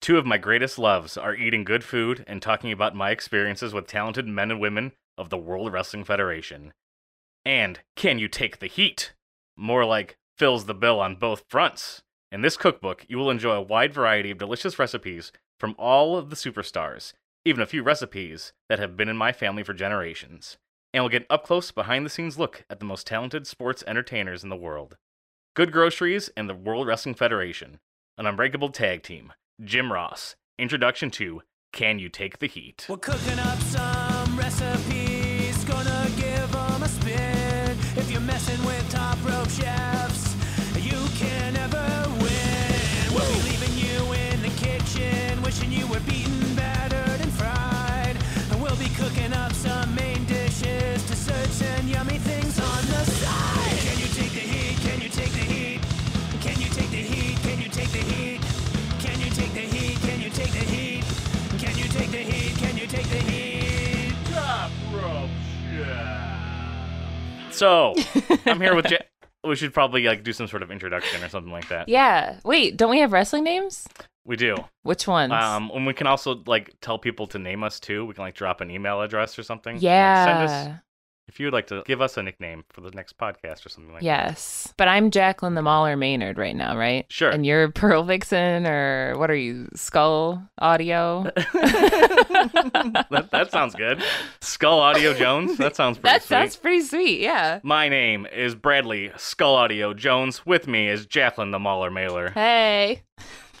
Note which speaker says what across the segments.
Speaker 1: Two of my greatest loves are eating good food and talking about my experiences with talented men and women of the World Wrestling Federation. And can you take the heat? More like fills the bill on both fronts. In this cookbook, you will enjoy a wide variety of delicious recipes from all of the superstars, even a few recipes that have been in my family for generations. And we'll get an up close, behind the scenes look at the most talented sports entertainers in the world. Good Groceries and the World Wrestling Federation, an unbreakable tag team. Jim Ross, introduction to Can You Take the Heat?
Speaker 2: We're cooking up some recipes, gonna give 'em a spin. If you're messing with top rope chefs, you can never win. We'll be leaving you in the kitchen, wishing you were beaten, battered, and fried. And we'll be cooking up some main dishes, desserts, and yummy things on the side. Can you take the heat? Can you take the heat? Can you take the heat? Can you take the heat? Can you take the heat? Can you take the heat? Can you take the heat? Can you take the heat?
Speaker 1: So, I'm here with. Ja- we should probably like do some sort of introduction or something like that.
Speaker 3: Yeah. Wait, don't we have wrestling names?
Speaker 1: We do.
Speaker 3: Which ones?
Speaker 1: Um, and we can also like tell people to name us too. We can like drop an email address or something. and, like,
Speaker 3: yeah.
Speaker 1: send us if you would like to give us a nickname for the next podcast or something like. that.
Speaker 3: yes. But I'm Jacqueline the Mauler Maynard right now, right?
Speaker 1: Sure.
Speaker 3: And you're Pearl Vixen or what are you? Skull Audio?
Speaker 1: That, that sounds good. Skull Audio Jones. That sounds pretty
Speaker 3: that
Speaker 1: sweet.
Speaker 3: sounds pretty sweet. Yeah.
Speaker 1: My name is Bradley Skull Audio Jones. With me is Jacqueline the Mauler Mailer.
Speaker 3: Hey.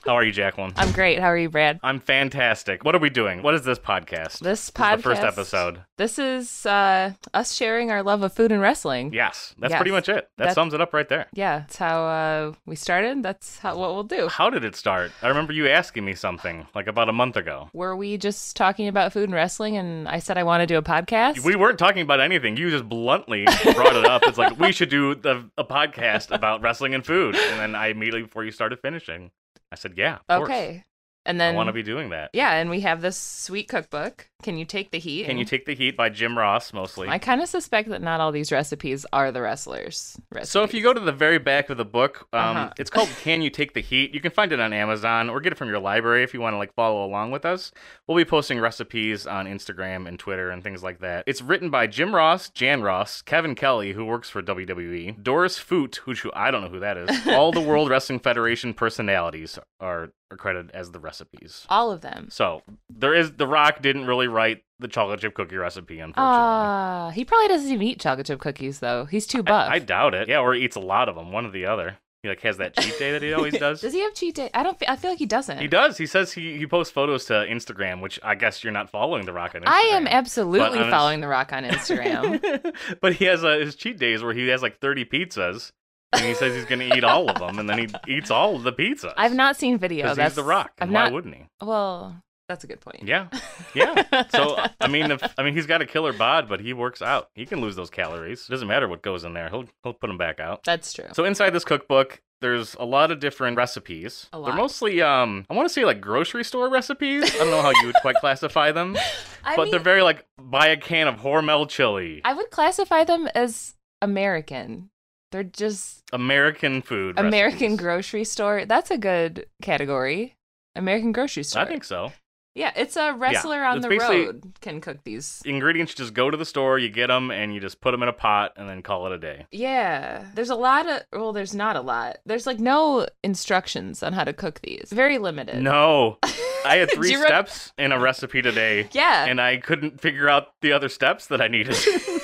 Speaker 1: How are you, Jacqueline?
Speaker 3: I'm great. How are you, Brad?
Speaker 1: I'm fantastic. What are we doing? What is this podcast?
Speaker 3: This
Speaker 1: This
Speaker 3: podcast.
Speaker 1: is the first episode.
Speaker 3: This is uh, us sharing our love of food and wrestling.
Speaker 1: Yes, that's
Speaker 3: Yes.
Speaker 1: pretty much it. That
Speaker 3: That's-
Speaker 1: sums it up right there.
Speaker 3: Yeah, that's how uh, we started. That's how what we'll do.
Speaker 1: How did it start? I remember you asking me something like about a month ago.
Speaker 3: Were we just talking about food and wrestling, and I said I want to do a podcast?
Speaker 1: We weren't talking about anything. You just bluntly brought it up. It's like we should do the, a podcast about wrestling and food. And then I immediately before you started finishing, I said, "Yeah, of course.
Speaker 3: okay, and then
Speaker 1: I want to be doing that."
Speaker 3: yeah, and we have this sweet cookbook. Can you take the heat?
Speaker 1: Can you take the heat by Jim Ross mostly?
Speaker 3: I kind of suspect that not all these recipes are the wrestlers. Recipes.
Speaker 1: So if you go to the very back of the book, um,
Speaker 3: Uh-huh.
Speaker 1: it's called "Can You Take the Heat." You can find it on Amazon or get it from your library if you want to like follow along with us. We'll be posting recipes on Instagram and Twitter and things like that. It's written by Jim Ross, Jan Ross, Kevin Kelly, who works for WWE, Doris Foot, who who- I don't know who that is. All the World Wrestling Federation personalities are are credited as the recipes.
Speaker 3: all of them.
Speaker 1: So there is The Rock didn't really write the chocolate chip cookie recipe, unfortunately.
Speaker 3: Ah, he probably doesn't even eat chocolate chip cookies though. He's too buff.
Speaker 1: I, I doubt it. Yeah, or he eats a lot of them, one or the other. He like has that cheat day that he always does.
Speaker 3: does he have cheat day? I don't. Fe- I feel like he doesn't.
Speaker 1: He does. He says he, he posts photos to Instagram, which I guess you're not following The Rock on Instagram.
Speaker 3: I am
Speaker 1: But
Speaker 3: absolutely
Speaker 1: on his-
Speaker 3: following The Rock on Instagram.
Speaker 1: but he has uh, his cheat days where he has like 30 pizzas, and he says he's going to eat all of them, and then he eats all of the pizzas.
Speaker 3: I've not seen video.
Speaker 1: Because
Speaker 3: That's
Speaker 1: he's The Rock.
Speaker 3: I've
Speaker 1: And why
Speaker 3: not.
Speaker 1: wouldn't he?
Speaker 3: Well, that's a good point.
Speaker 1: Yeah, yeah. So uh, I mean, if, I mean, he's got a killer bod, but he works out. He can lose those calories. doesn't matter what goes in there. He'll he'll put them back out.
Speaker 3: That's true.
Speaker 1: So inside this cookbook, there's a lot of different recipes.
Speaker 3: A
Speaker 1: They're
Speaker 3: lot.
Speaker 1: mostly, um, I want to say like grocery store recipes. I don't know how you would quite classify them,
Speaker 3: I
Speaker 1: but
Speaker 3: mean,
Speaker 1: they're very like buy a can of Hormel chili,
Speaker 3: I would classify them as American. They're just
Speaker 1: American food.
Speaker 3: American
Speaker 1: recipes.
Speaker 3: grocery store. That's a good category. American grocery store.
Speaker 1: I think so.
Speaker 3: Yeah, it's a wrestler on
Speaker 1: it's
Speaker 3: the
Speaker 1: basically-
Speaker 3: road can cook these.
Speaker 1: Ingredients you just go to the store, you get them, and you just put them in a pot, and then call it a day.
Speaker 3: Yeah. There's a lot of well, there's not a lot. There's like no instructions on how to cook these. Very limited.
Speaker 1: No, I had
Speaker 3: Do
Speaker 1: three
Speaker 3: you rem-
Speaker 1: steps in a recipe today,
Speaker 3: Yeah.
Speaker 1: and I couldn't figure out the other steps that I needed.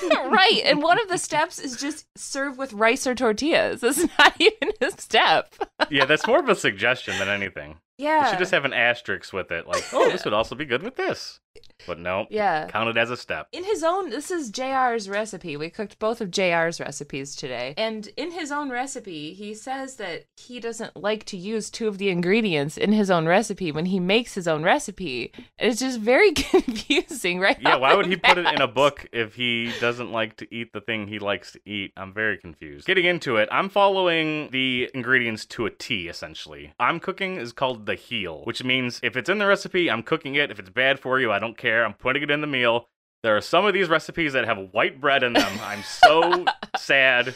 Speaker 3: right. And one of the steps is just serve with rice or tortillas. It's not even a step.
Speaker 1: yeah, that's more of a suggestion than anything. It
Speaker 3: Yeah.
Speaker 1: should just have an asterisk with it, like, oh, this would also be good with this. But no,
Speaker 3: yeah.
Speaker 1: count it as a step.
Speaker 3: in his own this is JR's recipe. We cooked both of JR's recipes today. And in his own recipe, he says that he doesn't like to use two of the ingredients in his own recipe when he makes his own recipe. It's just very confusing, right?
Speaker 1: Yeah,
Speaker 3: off
Speaker 1: why
Speaker 3: the
Speaker 1: would he put it in a
Speaker 3: bat.
Speaker 1: book if he doesn't like to eat the thing he likes to eat? I'm very confused. Getting into it, I'm following the ingredients to a T, essentially. I'm cooking is called the heel, which means if it's in the recipe, I'm cooking it. If it's bad for you, I don't care. I'm putting it in the meal. There are some of these recipes that have white bread in them. I'm so sad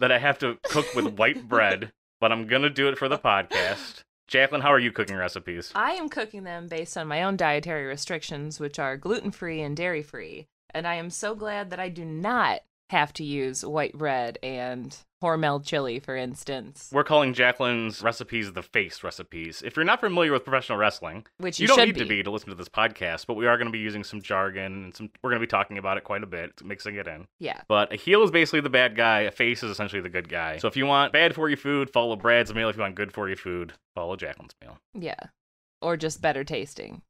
Speaker 1: that I have to cook with white bread, but I'm going to do it for the podcast. Jacqueline, how are you cooking recipes?
Speaker 3: I am cooking them based on my own dietary restrictions, which are gluten free and dairy free. And I am so glad that I do not have to use white bread and Hormel chili, for instance,
Speaker 1: We're calling Jacqueline's recipes the face recipes. If you're not familiar with professional wrestling,
Speaker 3: which you,
Speaker 1: you, don't
Speaker 3: should
Speaker 1: need to be to listen to this podcast, but we are going to be using some jargon and some. We're going to be talking about it quite a bit, mixing it in.
Speaker 3: Yeah.
Speaker 1: But a heel is basically the bad guy. A face is essentially the good guy. So if you want bad for you food, follow Brad's meal. If you want good for you food, follow Jacqueline's meal.
Speaker 3: Yeah. Or just better tasting.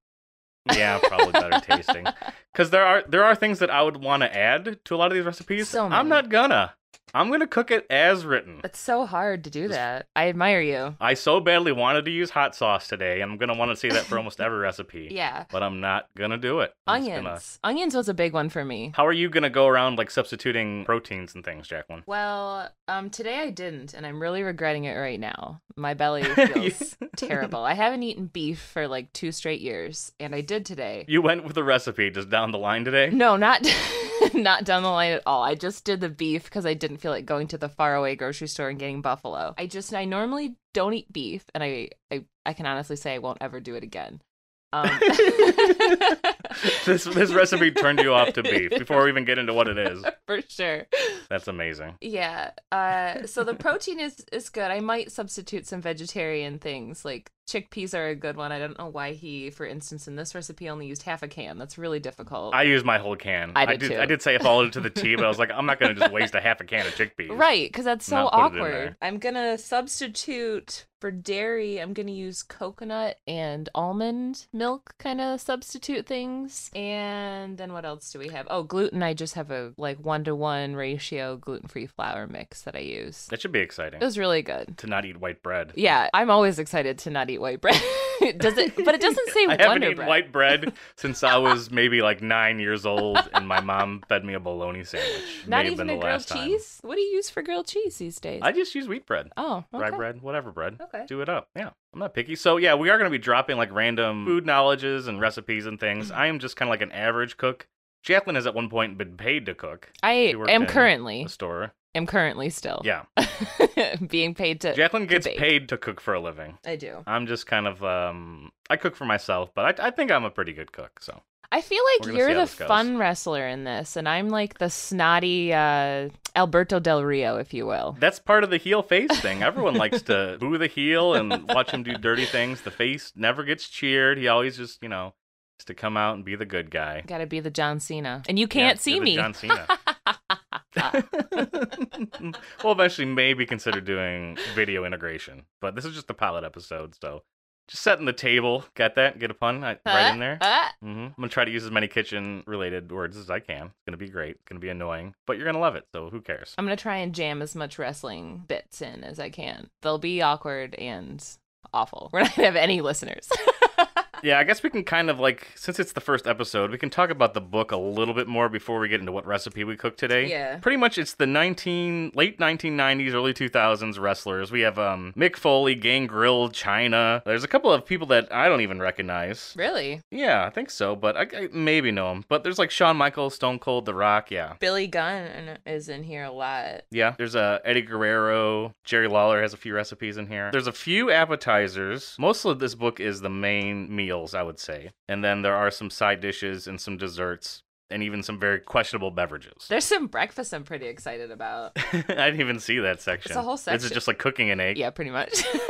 Speaker 1: Yeah, probably better tasting. Because there are there are things that I would want to add to a lot of these recipes.
Speaker 3: So many.
Speaker 1: I'm not gonna. I'm gonna cook it as written.
Speaker 3: It's so hard to do
Speaker 1: Just-
Speaker 3: that. I admire you.
Speaker 1: I so badly wanted to use hot sauce today, and I'm gonna want to say that for almost every recipe.
Speaker 3: Yeah.
Speaker 1: But I'm not gonna do it. I'm just
Speaker 3: Onions.
Speaker 1: gonna-
Speaker 3: Onions was a big one for me.
Speaker 1: How are you gonna go around like substituting proteins and things, Jacqueline?
Speaker 3: Well, um, today I didn't, and I'm really regretting it right now. My belly feels terrible. I haven't eaten beef for like two straight years, and I did today.
Speaker 1: You went with the recipe just down the line today.
Speaker 3: No, not not down the line at all. I just did the beef because I didn't feel like going to the faraway grocery store and getting buffalo. I just I normally don't eat beef, and I I, I can honestly say I won't ever do it again. Um,
Speaker 1: this this recipe turned you off to beef before we even get into what it is.
Speaker 3: for sure.
Speaker 1: That's amazing.
Speaker 3: Yeah. Uh, so the protein is is good. I might substitute some vegetarian things like chickpeas are a good one. I don't know why he, for instance, in this recipe only used half a can. That's really difficult.
Speaker 1: I used my whole can.
Speaker 3: I did
Speaker 1: I did,
Speaker 3: too.
Speaker 1: I did say I followed it to the T, but I was like, I'm not gonna just waste a half a can of chickpeas.
Speaker 3: Right, because that's so
Speaker 1: Not put it in
Speaker 3: awkward.
Speaker 1: there.
Speaker 3: I'm gonna substitute for dairy. I'm gonna use coconut and almond milk, kind of substitute things. And then what else do we have? Oh, gluten. I just have a like one to one ratio gluten free flour mix that I use.
Speaker 1: That should be exciting.
Speaker 3: It was really good.
Speaker 1: To not eat white bread.
Speaker 3: Yeah, I'm always excited to not eat white bread. Does it? But it doesn't say
Speaker 1: I haven't
Speaker 3: Wonder
Speaker 1: eaten
Speaker 3: Bread.
Speaker 1: white bread since I was maybe like nine years old, and my mom fed me a bologna sandwich. May
Speaker 3: not
Speaker 1: have
Speaker 3: even
Speaker 1: been
Speaker 3: a
Speaker 1: the
Speaker 3: grilled
Speaker 1: last time.
Speaker 3: cheese. What do you use for grilled cheese these days?
Speaker 1: I just use wheat bread.
Speaker 3: oh,
Speaker 1: rye
Speaker 3: okay.
Speaker 1: bread, whatever bread.
Speaker 3: Okay.
Speaker 1: Do it up. Yeah. I'm not picky. So yeah, we are gonna be dropping like random
Speaker 3: Hmm.
Speaker 1: food knowledges and recipes and things. I am just kinda like an average cook. Jacqueline has at one point been paid to cook
Speaker 3: I
Speaker 1: You worked
Speaker 3: am
Speaker 1: in
Speaker 3: currently
Speaker 1: a store.
Speaker 3: am currently still
Speaker 1: Yeah.
Speaker 3: being paid to
Speaker 1: Jacqueline gets
Speaker 3: bake.
Speaker 1: paid to cook for a living.
Speaker 3: I do.
Speaker 1: I'm just kind of um I cook for myself, but I I think I'm a pretty good cook, so
Speaker 3: I feel
Speaker 1: We're
Speaker 3: like
Speaker 1: gonna
Speaker 3: you're
Speaker 1: see how
Speaker 3: the
Speaker 1: this goes.
Speaker 3: fun wrestler in this, and I'm like the snotty uh, Alberto Del Rio, if you will.
Speaker 1: That's part of the heel face thing. Everyone likes to boo the heel and watch him do dirty things. The face never gets cheered. He always just, you know, has to come out and be the good guy.
Speaker 3: Got to be the John Cena, and you can't
Speaker 1: Yeah,
Speaker 3: see
Speaker 1: you're the
Speaker 3: me.
Speaker 1: John Cena. we'll eventually maybe consider doing video integration, but this is just the pilot episode, so just setting the table. Got that? Get a pun I, right in there.
Speaker 3: Uh,
Speaker 1: hmm I'm gonna try to use as many kitchen-related words as I can. It's gonna be great. It's gonna be annoying, but you're gonna love it. So who cares?
Speaker 3: I'm gonna try and jam as much wrestling bits in as I can. They'll be awkward and awful. We're not gonna have any listeners.
Speaker 1: Yeah, I guess we can kind of like since it's the first episode, we can talk about the book a little bit more before we get into what recipe we cook today.
Speaker 3: Yeah.
Speaker 1: Pretty much it's the 19 late 1990s early 2000s wrestlers. We have um Mick Foley, Gangrel, China. There's a couple of people that I don't even recognize.
Speaker 3: really,
Speaker 1: Yeah, I think so, but I, I maybe know them. But there's like Shawn Michaels, Stone Cold, The Rock, yeah.
Speaker 3: Billy Gunn is in here a lot.
Speaker 1: Yeah, there's uh, Eddie Guerrero. Jerry Lawler has a few recipes in here. There's a few appetizers. Most of this book is the main meals, I would say. And then there are some side dishes and some desserts and even some very questionable beverages.
Speaker 3: There's some breakfast I'm pretty excited about.
Speaker 1: I didn't even see that section.
Speaker 3: It's a whole
Speaker 1: This
Speaker 3: section.
Speaker 1: is just like cooking an egg.
Speaker 3: Yeah, pretty much.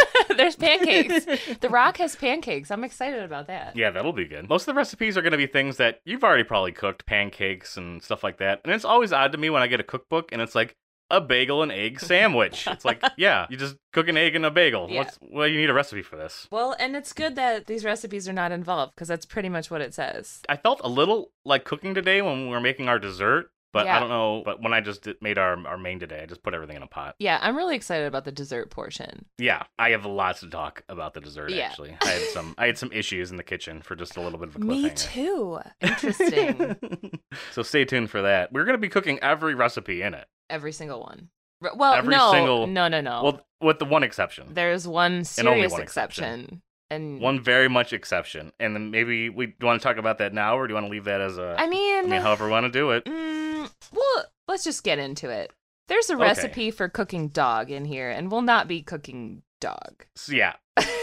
Speaker 3: There's pancakes. the Rock has pancakes. I'm excited about that.
Speaker 1: Yeah, that'll be good. Most of the recipes are going to be things that you've already probably cooked, pancakes and stuff like that. And it's always odd to me when I get a cookbook and it's like a bagel and egg sandwich. it's like, yeah, you just cook an egg and a bagel.
Speaker 3: Yeah.
Speaker 1: What's well, you need a recipe for this.
Speaker 3: Well, and it's good that these recipes are not involved because that's pretty much what it says.
Speaker 1: I felt a little like cooking today when we were making our dessert, but
Speaker 3: Yeah.
Speaker 1: I don't know. But when I just did, made our our main today, I just put everything in a pot.
Speaker 3: Yeah, I'm really excited about the dessert portion.
Speaker 1: Yeah, I have lots to talk about the dessert.
Speaker 3: Yeah.
Speaker 1: Actually, I had some I had some issues in the kitchen for just a little bit of a
Speaker 3: Me
Speaker 1: cliffhanger.
Speaker 3: too. Interesting.
Speaker 1: so stay tuned for that. We're gonna be cooking every recipe in it.
Speaker 3: Every single one. R- Well,
Speaker 1: Every
Speaker 3: no,
Speaker 1: single-
Speaker 3: no, no, no.
Speaker 1: Well, with the one exception,
Speaker 3: There's one
Speaker 1: And only
Speaker 3: serious
Speaker 1: one
Speaker 3: exception.
Speaker 1: exception.
Speaker 3: and
Speaker 1: one very much exception, and then maybe we do you want to talk about that now, or do you want to leave that as a
Speaker 3: I mean,
Speaker 1: I mean, however we want to do it.
Speaker 3: mm, well, let's just get into it. There's a
Speaker 1: Okay.
Speaker 3: recipe for cooking dog in here, and we'll not be cooking dog.
Speaker 1: So yeah,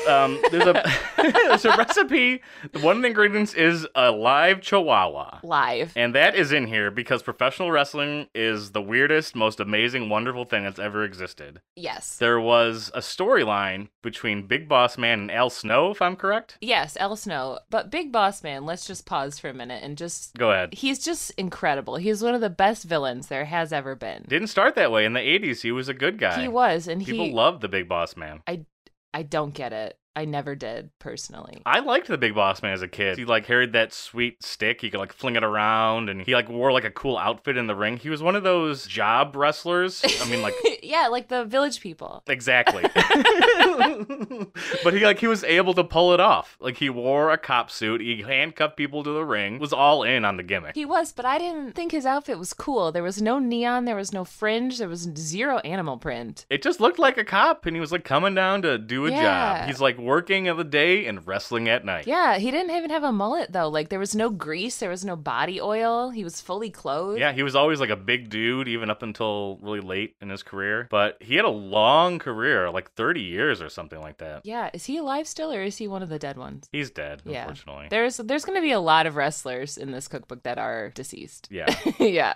Speaker 1: Um, there's a there's a recipe. One of the ingredients is a live chihuahua.
Speaker 3: Live.
Speaker 1: And that is in here because professional wrestling is the weirdest, most amazing, wonderful thing that's ever existed.
Speaker 3: Yes.
Speaker 1: There was a storyline between Big Boss Man and Al Snow, if I'm correct.
Speaker 3: Yes, El Snow. But Big Boss Man, let's just pause for a minute and just.
Speaker 1: Go ahead.
Speaker 3: He's just incredible. He's one of the best villains there has ever been.
Speaker 1: Didn't start that way in the 80s. He was a good guy.
Speaker 3: He was, and
Speaker 1: People
Speaker 3: he.
Speaker 1: loved the Big Boss Man.
Speaker 3: I don't get it. I never did personally.
Speaker 1: I liked the Big Boss Man as a kid. He like carried that sweet stick. He could like fling it around, and he like wore like a cool outfit in the ring. He was one of those job wrestlers. I mean, like
Speaker 3: yeah, like the village people.
Speaker 1: Exactly. but he like he was able to pull it off. Like he wore a cop suit, he handcuffed people to the ring, was all in on the gimmick.
Speaker 3: He was, but I didn't think his outfit was cool. There was no neon, there was no fringe, there was zero animal print.
Speaker 1: It just looked like a cop and he was like coming down to do a
Speaker 3: Yeah.
Speaker 1: job. He's like working at the day and wrestling at night.
Speaker 3: Yeah, he didn't even have a mullet though. Like there was no grease, there was no body oil. He was fully clothed.
Speaker 1: Yeah, he was always like a big dude, even up until really late in his career. But he had a long career, like 30 years or something like that.
Speaker 3: Yeah, is he alive still or is he one of the dead ones?
Speaker 1: He's dead,
Speaker 3: Yeah.
Speaker 1: unfortunately.
Speaker 3: There's there's going to be a lot of wrestlers in this cookbook that are deceased.
Speaker 1: yeah.
Speaker 3: yeah.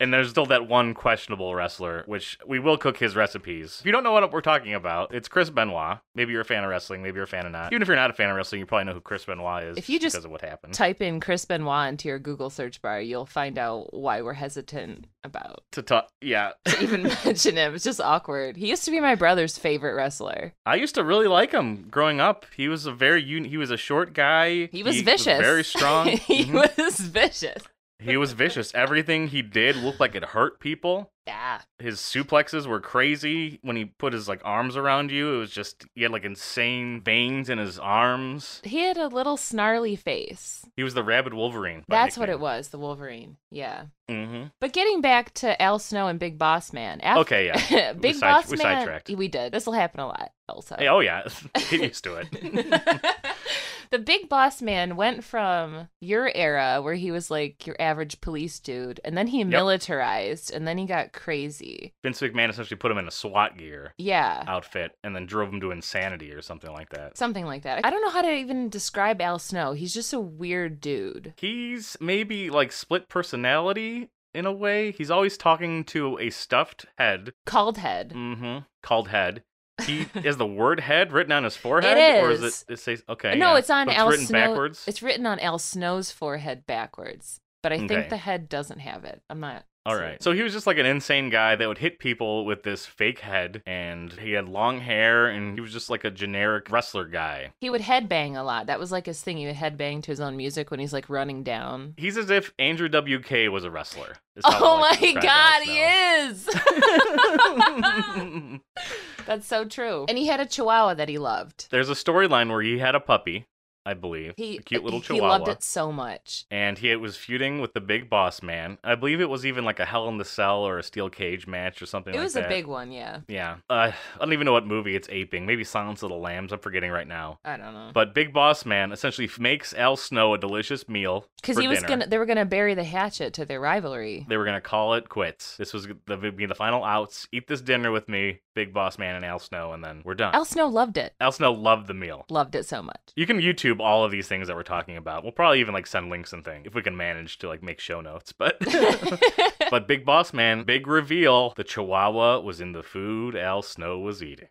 Speaker 1: And there's still that one questionable wrestler, which we will cook his recipes. If you don't know what we're talking about, it's Chris Benoit. Maybe you're a fan of wrestling, maybe you're a fan of not. Even if you're not a fan of wrestling, you probably know who Chris Benoit is
Speaker 3: If you just
Speaker 1: because of what happened.
Speaker 3: Type in Chris Benoit into your Google search bar, you'll find out why we're hesitant about
Speaker 1: to talk, yeah.
Speaker 3: to even mention him. It's just awkward. He used to be my brother's favorite wrestler.
Speaker 1: I used to really like him growing up. He was a very un- he was a short guy.
Speaker 3: He was vicious.
Speaker 1: very strong.
Speaker 3: he
Speaker 1: Mhm.
Speaker 3: was vicious.
Speaker 1: he was vicious. Everything he did looked like it hurt people.
Speaker 3: Yeah.
Speaker 1: His suplexes were crazy when he put his like arms around you. It was just he had like insane veins in his arms.
Speaker 3: He had a little snarly face.
Speaker 1: He was the rabid Wolverine.
Speaker 3: That's what it was, the Wolverine. Yeah.
Speaker 1: Mm-hmm.
Speaker 3: But getting back to Al Snow and Big Boss Man. After-
Speaker 1: Okay, yeah. We
Speaker 3: Big
Speaker 1: side-
Speaker 3: Boss
Speaker 1: we
Speaker 3: Man.
Speaker 1: sidetracked.
Speaker 3: We did. This will happen a lot, also.
Speaker 1: Hey, oh yeah, get used to it.
Speaker 3: the big boss man went from your era where he was like your average police dude and then he militarized and then he got crazy
Speaker 1: Vince McMahon essentially put him in a SWAT gear
Speaker 3: yeah
Speaker 1: outfit and then drove him to insanity or something like that.
Speaker 3: something like that i don't know how to even describe al snow he's just a weird dude
Speaker 1: He's maybe like split personality in a way. He's always talking to a stuffed head,
Speaker 3: called head
Speaker 1: mm-hmm, called head. He is the word head written on his forehead, or
Speaker 3: is.
Speaker 1: is it? It says okay.
Speaker 3: no
Speaker 1: yeah.
Speaker 3: it's on
Speaker 1: So
Speaker 3: al
Speaker 1: written
Speaker 3: snow
Speaker 1: backwards.
Speaker 3: it's written on al snow's forehead backwards but i
Speaker 1: Okay.
Speaker 3: think the head doesn't have it i'm not
Speaker 1: All
Speaker 3: certain.
Speaker 1: right. So he was just like an insane guy that would hit people with this fake head, and he had long hair, and he was just like a generic wrestler guy.
Speaker 3: he would headbang a lot that was like his thing he would headbang to his own music when he's like running down
Speaker 1: He's as if Andrew WK was a wrestler. is how
Speaker 3: Oh
Speaker 1: I like to describe
Speaker 3: my god,
Speaker 1: Al
Speaker 3: he is.
Speaker 1: Snow.
Speaker 3: That's so true. And he had a chihuahua that he loved.
Speaker 1: There's a storyline where he had a puppy, I believe,
Speaker 3: He
Speaker 1: a cute little
Speaker 3: he,
Speaker 1: chihuahua,
Speaker 3: He loved it so much.
Speaker 1: and he was feuding with the Big Boss Man. I believe it was even like a Hell in the Cell or a steel cage match or something.
Speaker 3: It
Speaker 1: like
Speaker 3: was a
Speaker 1: that.
Speaker 3: big one, yeah.
Speaker 1: Yeah, uh, I don't even know what movie it's aping. Maybe Silence of the Lambs. I'm forgetting right now.
Speaker 3: I don't know.
Speaker 1: But Big Boss Man essentially f- makes Al Snow a delicious meal
Speaker 3: Because
Speaker 1: for
Speaker 3: he was
Speaker 1: dinner.
Speaker 3: gonna, they were gonna bury the hatchet to their rivalry.
Speaker 1: They were gonna call it quits. This was the be the final outs. Eat this dinner with me, Big Boss Man and Al Snow, and then we're done.
Speaker 3: Al Snow loved it,
Speaker 1: Al Snow loved the meal.
Speaker 3: loved it so much.
Speaker 1: You can YouTube all of these things that we're talking about. We'll probably even like send links and things if we can manage to like make show notes. But but Big Boss Man, big reveal: the Chihuahua was in the food Al Snow was eating.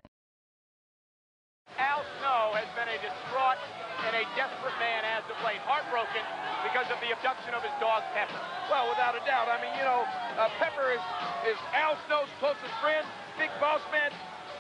Speaker 4: Al Snow has been a distraught and a desperate man as of late, heartbroken because of the abduction of his dog Pepper. Well, without a doubt. I mean, you know, uh, Pepper is, is Al Snow's closest friend. Big Boss Man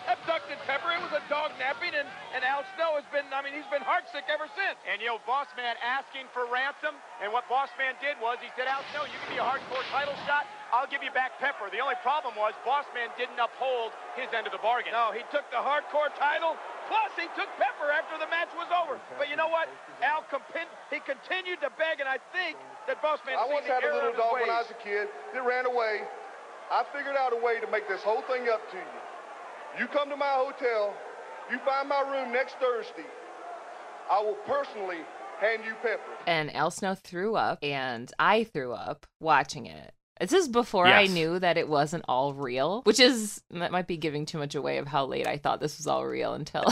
Speaker 4: abducted Pepper. It was a dog napping, and, and Al Snow has been, I mean, he's been heartsick ever since. And, you know, Boss Man asking for ransom, and what Boss Man did was he said, Al Snow, you give me a hardcore title shot, I'll give you back Pepper. The only problem was Bossman didn't uphold his end of the bargain. No, he took the hardcore title, plus he took Pepper after the match was over. But you know what? Al compin- he continued to beg, and I think that Bossman
Speaker 5: I
Speaker 4: seen
Speaker 5: once
Speaker 4: the
Speaker 5: had a
Speaker 4: error
Speaker 5: little
Speaker 4: of his
Speaker 5: dog when I
Speaker 4: ways.
Speaker 5: was a kid that ran away. I figured out a way to make this whole thing up to you. You come to my hotel, you find my room next Thursday. I will personally hand you Pepper.
Speaker 3: And Al Snow threw up, and I threw up watching it. This is before
Speaker 1: Yes.
Speaker 3: I knew that it wasn't all real, which is that might be giving too much away of how late I thought this was all real until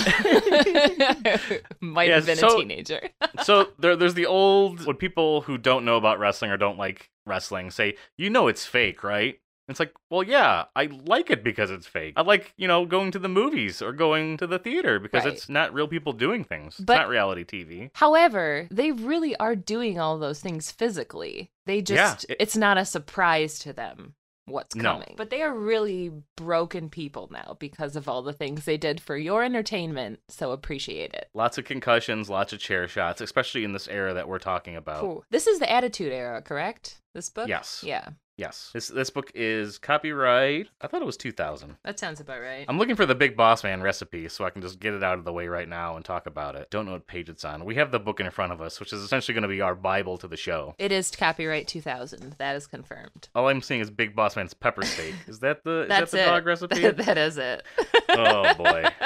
Speaker 3: might
Speaker 1: Yes,
Speaker 3: have been
Speaker 1: so-
Speaker 3: a teenager.
Speaker 1: so there, there's the old what people who don't know about wrestling or don't like wrestling say you know it's fake right it's like well yeah i like it because it's fake i like you know going to the movies or going to the theater because
Speaker 3: Right.
Speaker 1: it's not real people doing things
Speaker 3: But-
Speaker 1: it's not reality tv
Speaker 3: However, they really are doing all those things physically. They
Speaker 1: Yeah,
Speaker 3: just,
Speaker 1: it-
Speaker 3: it's not a surprise to them what's
Speaker 1: No.
Speaker 3: coming. But they are really broken people now because of all the things they did for your entertainment. So appreciate it.
Speaker 1: lots of concussions lots of chair shots especially in this era that we're talking about
Speaker 3: Cool. This is the Attitude Era, correct? This book?
Speaker 1: Oh. Yes.
Speaker 3: Yeah,
Speaker 1: yes this, this book is copyright i thought it was 2000
Speaker 3: that sounds about right.
Speaker 1: I'm looking for the Big Boss Man recipe so I can just get it out of the way right now and talk about it. Don't know what page it's on. We have the book in front of us, which is essentially going to be our Bible to the show.
Speaker 3: it is copyright 2000. That is confirmed.
Speaker 1: All I'm seeing is Big Boss Man's pepper steak. Is that the is
Speaker 3: That's
Speaker 1: that the
Speaker 3: it.
Speaker 1: dog recipe?
Speaker 3: that is it.
Speaker 1: oh boy.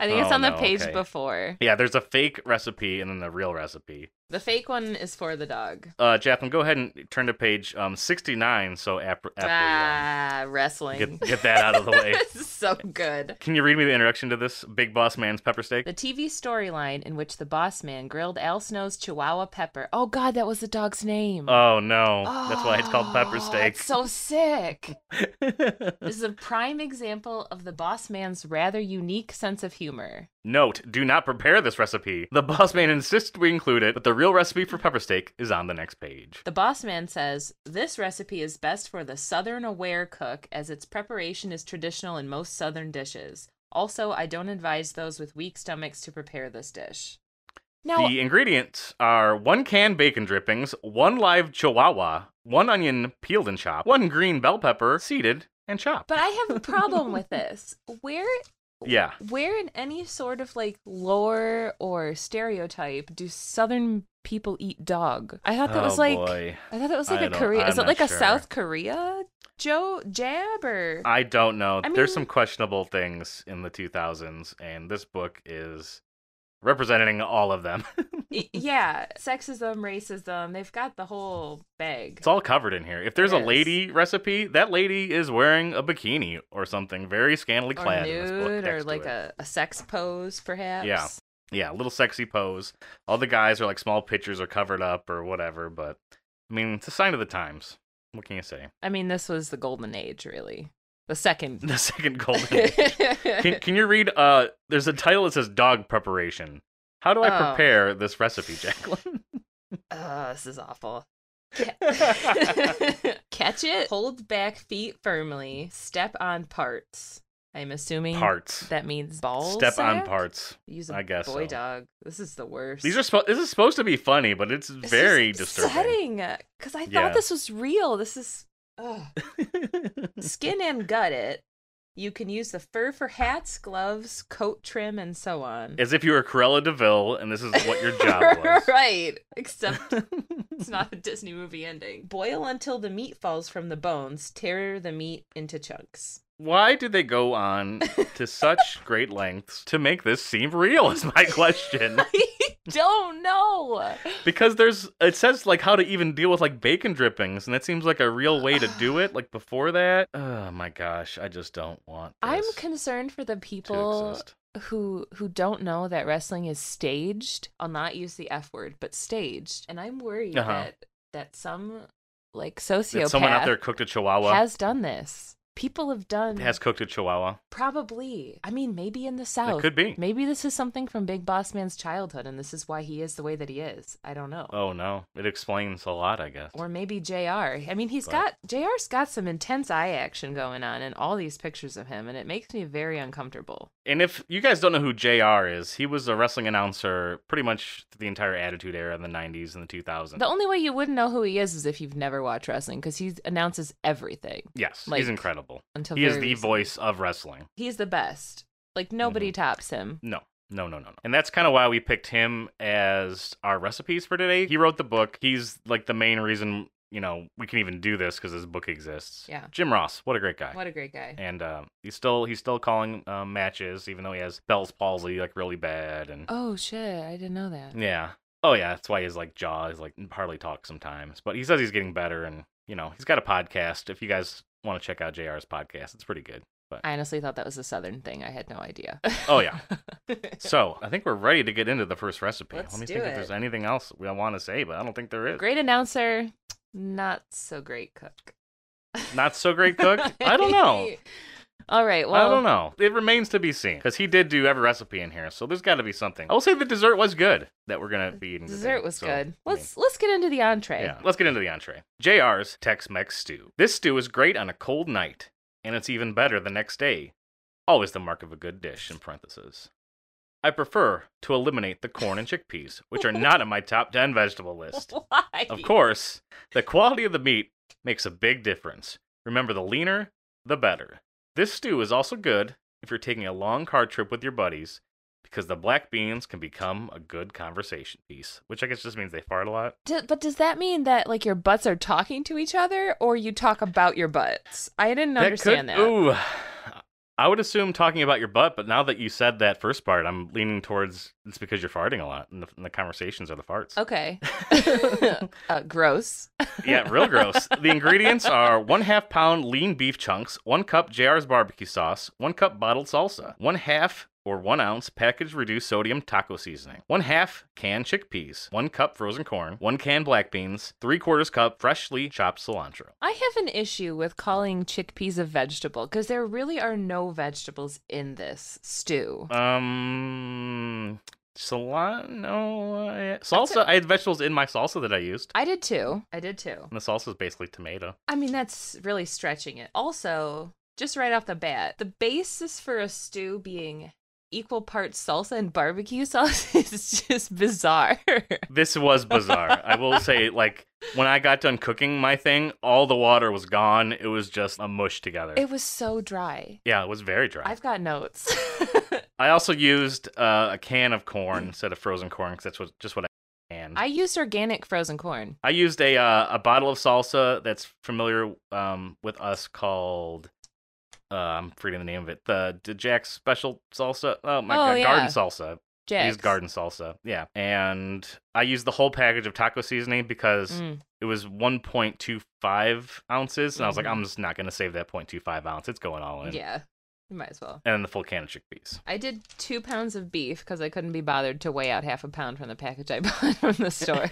Speaker 3: I think it's
Speaker 1: Oh,
Speaker 3: on the
Speaker 1: no,
Speaker 3: page
Speaker 1: okay.
Speaker 3: before.
Speaker 1: Yeah, there's a fake recipe and then the real recipe.
Speaker 3: The fake one is for the dog.
Speaker 1: Uh, Jacqueline, go ahead and turn to page um 69. So after after um,
Speaker 3: ah, wrestling.
Speaker 1: get get that out of the way.
Speaker 3: this is so good.
Speaker 1: Can you read me the introduction to this Big Boss Man's pepper steak?
Speaker 3: The TV storyline in which the boss man grilled Al Snow's Chihuahua Pepper. Oh God, that was the dog's name.
Speaker 1: Oh no, that's why it's called pepper
Speaker 3: Oh,
Speaker 1: steak.
Speaker 3: That's so sick. this is a prime example of the boss man's rather unique sense of humor.
Speaker 1: Note, do not prepare this recipe. The boss man insists we include it, but the real recipe for pepper steak is on the next page.
Speaker 3: The boss man says this recipe is best for the southern aware cook as its preparation is traditional in most southern dishes. Also, I don't advise those with weak stomachs to prepare this dish. Now,
Speaker 1: The ingredients are one can bacon drippings, one live chihuahua, one onion peeled and chopped, one green bell pepper seeded and chopped.
Speaker 3: but I have a problem with this. Where
Speaker 1: yeah.
Speaker 3: where in any sort of like lore or stereotype do southern people eat dog i thought that was
Speaker 1: Oh,
Speaker 3: like
Speaker 1: boy.
Speaker 3: i thought that was
Speaker 1: I
Speaker 3: like a
Speaker 1: don't-
Speaker 3: korea is
Speaker 1: I'm
Speaker 3: it like
Speaker 1: not
Speaker 3: a
Speaker 1: sure.
Speaker 3: south korea joe jab or
Speaker 1: I don't know.
Speaker 3: I mean-
Speaker 1: There's some questionable things in the 2000s, and this book is representing all of them.
Speaker 3: Y- yeah sexism racism they've got the whole bag
Speaker 1: It's all covered in here. If there's
Speaker 3: It
Speaker 1: a
Speaker 3: is.
Speaker 1: lady recipe, that lady is wearing a bikini or something very scantily
Speaker 3: or
Speaker 1: clad in this book.
Speaker 3: nude
Speaker 1: next
Speaker 3: or
Speaker 1: to
Speaker 3: like
Speaker 1: it.
Speaker 3: a, a sex pose perhaps
Speaker 1: Yeah. yeah, little sexy pose. All the guys are like small pictures are covered up or whatever, but I mean, it's a sign of the times. What can you say?
Speaker 3: i mean this was the golden age really the second
Speaker 1: The second golden. age. can can you read uh there's a title that says dog preparation. How do I
Speaker 3: Oh.
Speaker 1: prepare this recipe, Jacqueline?
Speaker 3: Oh, this is awful. Catch it. Hold back feet firmly. Step on parts. I'm assuming
Speaker 1: parts.
Speaker 3: that means balls.
Speaker 1: Step on parts.
Speaker 3: Use a
Speaker 1: I guess
Speaker 3: boy
Speaker 1: so.
Speaker 3: dog. This is the worst.
Speaker 1: These are spo- this is supposed to be funny, but it's
Speaker 3: This is
Speaker 1: very disturbing.
Speaker 3: Upsetting. Because I thought
Speaker 1: Yeah.
Speaker 3: this was real. This is ugh. skin and gut. It. You can use the fur for hats, gloves, coat trim, and so on.
Speaker 1: As if you were Corella Deville and this is what your job was.
Speaker 3: right. Except it's not a Disney movie ending. Boil until the meat falls from the bones. Tear the meat into chunks.
Speaker 1: Why did they go on to such great lengths to make this seem real? Is my question.
Speaker 3: Don't know.
Speaker 1: Because there's it says like how to even deal with like bacon drippings, and that seems like a real way to do it. Like before that, oh my gosh, I just don't want.
Speaker 3: I'm
Speaker 1: this
Speaker 3: concerned for the
Speaker 1: to
Speaker 3: people
Speaker 1: exist.
Speaker 3: who who don't know that wrestling is staged. I'll not use the F word, but staged. And I'm worried
Speaker 1: Uh-huh.
Speaker 3: that that some like sociopath
Speaker 1: That someone out there cooked a chihuahua. Has,
Speaker 3: has done this. People have done
Speaker 1: cooked a chihuahua.
Speaker 3: Probably. I mean, maybe in the South.
Speaker 1: could be.
Speaker 3: Maybe this is something from Big Boss Man's childhood, and this is why he is the way that he is. I don't know.
Speaker 1: Oh no, it explains a lot, I guess.
Speaker 3: Or maybe JR. I mean, he's
Speaker 1: But-
Speaker 3: got, JR's got some intense eye action going on in all these pictures of him, and it makes me very uncomfortable.
Speaker 1: And if you guys don't know who JR is, he was a wrestling announcer pretty much the entire Attitude Era in the 90s and the 2000s.
Speaker 3: The only way you wouldn't know who he is is if you've never watched wrestling, because he announces everything
Speaker 1: yes,
Speaker 3: like,
Speaker 1: he's incredible.
Speaker 3: until
Speaker 1: He is
Speaker 3: very
Speaker 1: the
Speaker 3: recently.
Speaker 1: voice Mm-hmm. of wrestling.
Speaker 3: He's the best. Like, nobody tops him.
Speaker 1: No, no, no, no, no. And that's kind of why we picked him as our recipes for today. He wrote the book. He's like the main reason, you know, we can even do this because his book exists.
Speaker 3: Yeah.
Speaker 1: Jim Ross, what a great guy.
Speaker 3: What a great guy.
Speaker 1: and uh, he's still he's still calling um, matches, even though he has Bell's palsy like really bad. And
Speaker 3: Oh, shit. I didn't
Speaker 1: Mm.
Speaker 3: know that.
Speaker 1: yeah, oh yeah, that's why his like jaw is like hardly talk sometimes. But he says he's getting better, and you know, he's got a podcast. If you guys want to check out JR's podcast, it's pretty good. But
Speaker 3: I honestly thought that was a southern thing. I had no idea.
Speaker 1: oh yeah. so I think we're ready to get into the first recipe.
Speaker 3: Let's
Speaker 1: Let me
Speaker 3: do
Speaker 1: think
Speaker 3: it.
Speaker 1: if there's anything else we want to say, but I don't think there is.
Speaker 3: great announcer, not so great cook.
Speaker 1: Not so great cook. I don't know.
Speaker 3: All right. Well,
Speaker 1: I don't know. It remains to be seen because he did do every recipe in here, so there's got to be something. I will say the dessert was good that we're gonna be eating. today,
Speaker 3: Dessert was
Speaker 1: so, I
Speaker 3: good.
Speaker 1: mean,
Speaker 3: Let's let's get into the entree.
Speaker 1: Yeah, let's get into the entree. JR's Tex-Mex stew. This stew is great on a cold night, and it's even better the next day. Always the mark of a good dish. In parentheses, I prefer to eliminate the corn and chickpeas, which are not on my top ten vegetable list.
Speaker 3: Why?
Speaker 1: Of course, the quality of the meat makes a big difference. Remember, the leaner, the better. This stew is also good if you're taking a long car trip with your buddies because the black beans can become a good conversation piece, which I guess just means they fart a lot.
Speaker 3: Do- but does that mean that like your butts are talking to each other, or you talk about your butts? I didn't understand that.
Speaker 1: Ooh. I would assume talking about your butt, but now that you said that first part, I'm leaning towards it's because you're farting a lot and the, and the conversations are the farts.
Speaker 3: Okay. uh, gross.
Speaker 1: Yeah, real gross. The ingredients are one half pound lean beef chunks, one cup JR's barbecue sauce, one cup bottled salsa, one half or one ounce packaged reduced sodium taco seasoning, one half canned chickpeas, one cup frozen corn, one can black beans, three quarters cup freshly chopped cilantro.
Speaker 3: I have an issue with calling chickpeas a vegetable because there really are no vegetables in this stew.
Speaker 1: Um, cilantro. No, I- salsa. I had vegetables in my salsa that I used.
Speaker 3: I did too. I did too.
Speaker 1: And the salsa is basically tomato.
Speaker 3: I mean, that's really stretching it. Also, just right off the bat, the basis for a stew being equal parts salsa and barbecue sauce is just bizarre.
Speaker 1: This was bizarre. I will say, like, when I got done cooking my thing, all the water was gone. It was just a mush together.
Speaker 3: it was so dry.
Speaker 1: yeah, it was very dry.
Speaker 3: I've got notes.
Speaker 1: I also used uh, a can of corn instead of frozen corn because that's what, just what I can.
Speaker 3: Mm. I used organic frozen corn.
Speaker 1: I used a uh, a bottle of salsa that's familiar um, with us called uh, I'm forgetting the name of it. The, the Jack's special salsa. Oh my
Speaker 3: Oh,
Speaker 1: god,
Speaker 3: yeah.
Speaker 1: garden salsa. I
Speaker 3: Jack's.
Speaker 1: used garden salsa. Yeah, and I used the whole package of taco seasoning because
Speaker 3: Mm.
Speaker 1: it was 1.25 ounces, and I was like, I'm just not gonna save that 0.25 ounce. It's going all in.
Speaker 3: Mm-hmm. Yeah, you might as well.
Speaker 1: And then the full can of chickpeas.
Speaker 3: I did two pounds of beef because I couldn't be bothered to weigh out half a pound from the package I bought from the store.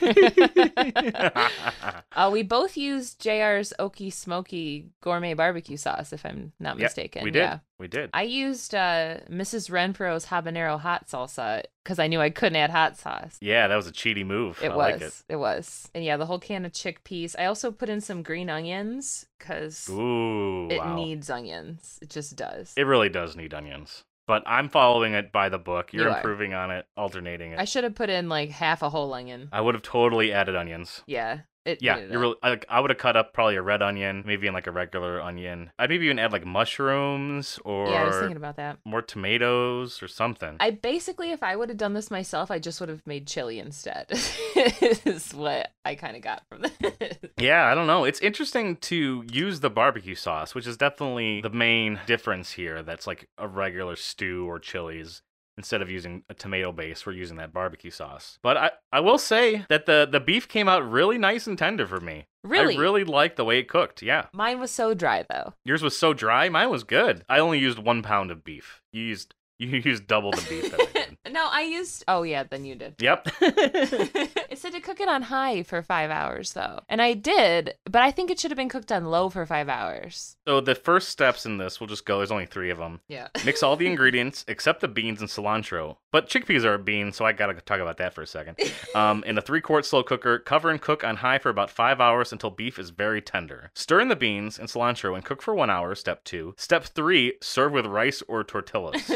Speaker 3: uh, we both used JR's Okie Smoky Gourmet Barbecue Sauce, if I'm not
Speaker 1: Yeah,
Speaker 3: mistaken.
Speaker 1: we did.
Speaker 3: Yeah.
Speaker 1: We did.
Speaker 3: I used uh, Mrs. Renfro's habanero hot salsa because I knew I couldn't add hot sauce.
Speaker 1: yeah, that was a cheaty move.
Speaker 3: It
Speaker 1: I
Speaker 3: was.
Speaker 1: like it.
Speaker 3: it was. And yeah, the whole can of chickpeas. I also put in some green onions because
Speaker 1: Ooh,
Speaker 3: it
Speaker 1: wow.
Speaker 3: needs onions. It just does.
Speaker 1: It really does need onions. But I'm following it by the book. You're
Speaker 3: You are.
Speaker 1: improving on it, alternating it.
Speaker 3: I
Speaker 1: I,
Speaker 3: should have put in like half a whole onion.
Speaker 1: would have totally added onions.
Speaker 3: Yeah.
Speaker 1: Uh,
Speaker 3: It
Speaker 1: Yeah,
Speaker 3: needed
Speaker 1: you
Speaker 3: it.
Speaker 1: really. I, I would have cut up probably a red onion, maybe in like a regular onion. I'd maybe even add like mushrooms or
Speaker 3: Yeah, I was thinking about that.
Speaker 1: more tomatoes or something.
Speaker 3: I basically, if I would have done this myself, I just would have made chili instead. is what I kind of got from this.
Speaker 1: yeah, I don't know. It's interesting to use the barbecue sauce, which is definitely the main difference here. That's like a regular stew or chilies. Instead of using a tomato base, we're using that barbecue sauce. But I, I will say that the, the beef came out really nice and tender for me.
Speaker 3: Really?
Speaker 1: I really liked the way it cooked. Yeah.
Speaker 3: Mine was so dry though.
Speaker 1: Yours was so dry. Mine was good. I only used one pound of beef. You used you used double the beef that I did.
Speaker 3: No, I used. Oh yeah, then you did.
Speaker 1: Yep.
Speaker 3: it said to cook it on high for five hours though, and I did, but I think it should have been cooked on low for five hours.
Speaker 1: So the first steps in this, we'll just go. There's only three of them.
Speaker 3: Yeah.
Speaker 1: Mix all the ingredients except the beans and cilantro. But chickpeas are a bean, so I gotta talk about that for a second. Um, in a three quart slow cooker, cover and cook on high for about five hours until beef is very tender. Stir in the beans and cilantro and cook for one hour, step two. Step three, serve with rice or tortillas.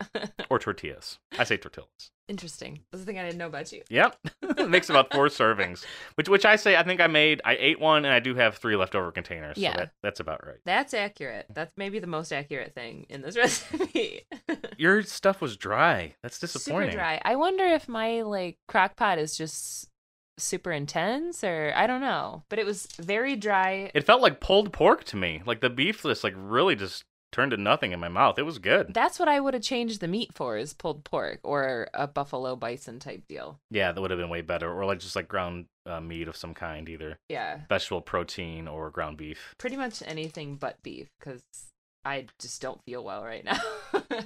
Speaker 1: or tortillas. I say tortillas.
Speaker 3: Interesting. That's the thing I didn't know about you.
Speaker 1: Yep. it makes about four servings. Which which I say I think I made I ate one and I do have three leftover containers.
Speaker 3: Yeah.
Speaker 1: So that, that's about right.
Speaker 3: That's accurate. That's maybe the most accurate thing in this recipe.
Speaker 1: Your stuff was dry. That's disappointing.
Speaker 3: Super dry. I wonder if my like crock pot is just super intense or I don't know. But it was very dry.
Speaker 1: It felt like pulled pork to me. Like the beef just like really just turned to nothing in my mouth. It was good.
Speaker 3: That's what I would have changed the meat for is pulled pork or a buffalo bison type deal.
Speaker 1: Yeah, that would have been way better. Or like just like ground uh, meat of some kind, either
Speaker 3: Yeah.
Speaker 1: vegetable protein or ground beef.
Speaker 3: Pretty much anything but beef because I just don't feel well right now.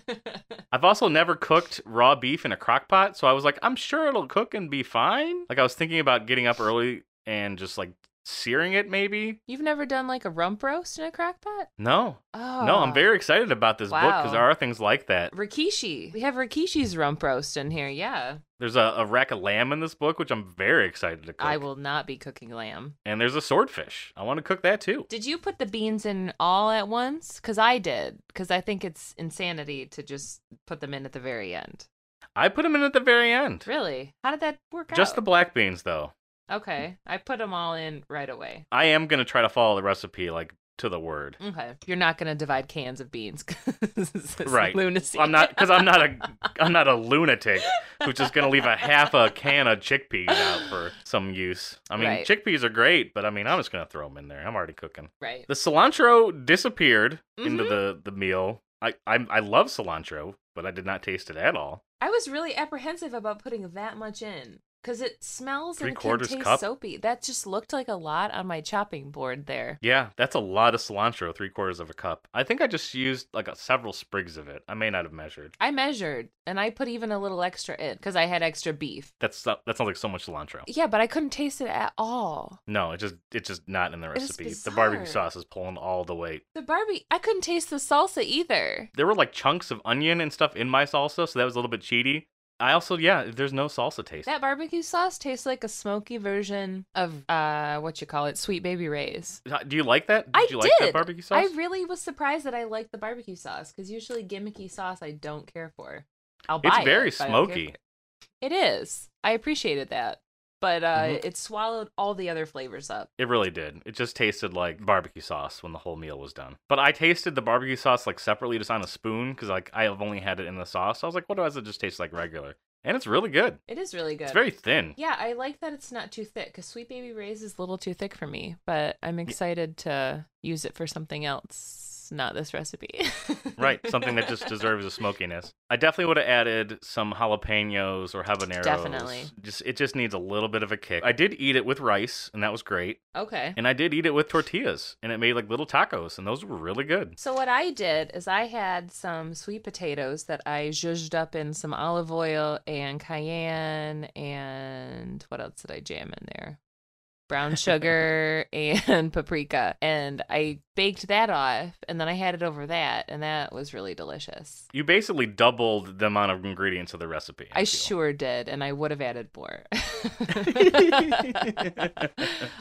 Speaker 1: I've also never cooked raw beef in a crock pot, so I was like, I'm sure it'll cook and be fine. Like I was thinking about getting up early and just like searing it, maybe.
Speaker 3: You've never done like a rump roast in a crock pot?
Speaker 1: No,
Speaker 3: Oh.
Speaker 1: no, I'm very excited about this book because
Speaker 3: Wow.
Speaker 1: there are things like that.
Speaker 3: Ah, Rikishi. We have Rikishi's rump roast in here. Yeah.
Speaker 1: There's a, a rack of lamb in this book, which I'm very excited to cook.
Speaker 3: I will not be cooking lamb.
Speaker 1: And there's a swordfish. I want to cook that too.
Speaker 3: Did you put the beans in all at once? Because I did. Because I think it's insanity to just put them in at the very end.
Speaker 1: I put them in at the very end.
Speaker 3: Really? Oh. How did that work
Speaker 1: Just the mm.
Speaker 3: out?
Speaker 1: black beans, though.
Speaker 3: the. Okay. I put them all in right away.
Speaker 1: I am gonna try to follow the recipe like to the word.
Speaker 3: Okay. You're not going to divide cans of beans. 'cause this is
Speaker 1: Right.
Speaker 3: Lunacy.
Speaker 1: I'm not because I'm not a I'm not a lunatic who's just gonna leave a half a can of chickpeas out for some use. I mean,
Speaker 3: Right.
Speaker 1: chickpeas are great, but I mean, I'm just gonna throw them in there. I'm already cooking.
Speaker 3: Right.
Speaker 1: The cilantro disappeared into
Speaker 3: Mhm.
Speaker 1: the the meal. I, I I love cilantro, but I did not taste it at all.
Speaker 3: I was really apprehensive about putting that much in. Because it smells and it can
Speaker 1: Three-quarters
Speaker 3: taste
Speaker 1: cup?
Speaker 3: soapy. That just looked like a lot on my chopping board there.
Speaker 1: Yeah, that's a lot of cilantro, three quarters of a cup. I think I just used like a, several sprigs of it. I may not have measured.
Speaker 3: I measured and I put even a little extra in because I had extra beef.
Speaker 1: That's not, that sounds like so much cilantro.
Speaker 3: Yeah, but I couldn't taste it at all.
Speaker 1: No, it just it's just not in the
Speaker 3: It's
Speaker 1: recipe. The barbecue
Speaker 3: bizarre.
Speaker 1: sauce is pulling all the weight.
Speaker 3: The Barbie, I couldn't taste the salsa either.
Speaker 1: There were like chunks of onion and stuff in my salsa, so that was a little bit cheaty. I also yeah, there's no salsa taste.
Speaker 3: That barbecue sauce tastes like a smoky version of uh what you call it, sweet baby rays.
Speaker 1: Uh, Do you like that? Did
Speaker 3: I
Speaker 1: you like
Speaker 3: did.
Speaker 1: that barbecue sauce?
Speaker 3: I really was surprised that I liked the barbecue sauce because usually gimmicky sauce I don't care for. I'll buy
Speaker 1: It's
Speaker 3: it,
Speaker 1: very
Speaker 3: but I don't care
Speaker 1: smoky.
Speaker 3: for It It is. I appreciated that, but uh
Speaker 1: Mhm.
Speaker 3: it swallowed all the other flavors up.
Speaker 1: It really did. It just tasted like barbecue sauce when the whole meal was done. But I tasted the barbecue sauce like separately, just on a spoon, because like I've only had it in the sauce. I was like, what does it just taste like regular? And it's really good.
Speaker 3: It is really good.
Speaker 1: It's very thin.
Speaker 3: Yeah, I like that it's not too thick because Sweet Baby Ray's is a little too thick for me, but I'm excited to use it for something else, not this recipe.
Speaker 1: Right, something that just deserves a smokiness. I definitely would have added some jalapenos or habaneros.
Speaker 3: Definitely.
Speaker 1: Just it just needs a little bit of a kick. I did eat it with rice, and that was great.
Speaker 3: Okay.
Speaker 1: And I did eat it with tortillas, and it made like little tacos, and those were really good.
Speaker 3: So, what I did is I had some sweet potatoes that I zhuzhed up in some olive oil and cayenne and what else did I jam in there? Brown sugar and paprika. And I baked that off and then I had it over that, and that was really delicious.
Speaker 1: You basically doubled the amount of ingredients of the recipe.
Speaker 3: I
Speaker 1: feel.
Speaker 3: sure did, and I would have added more.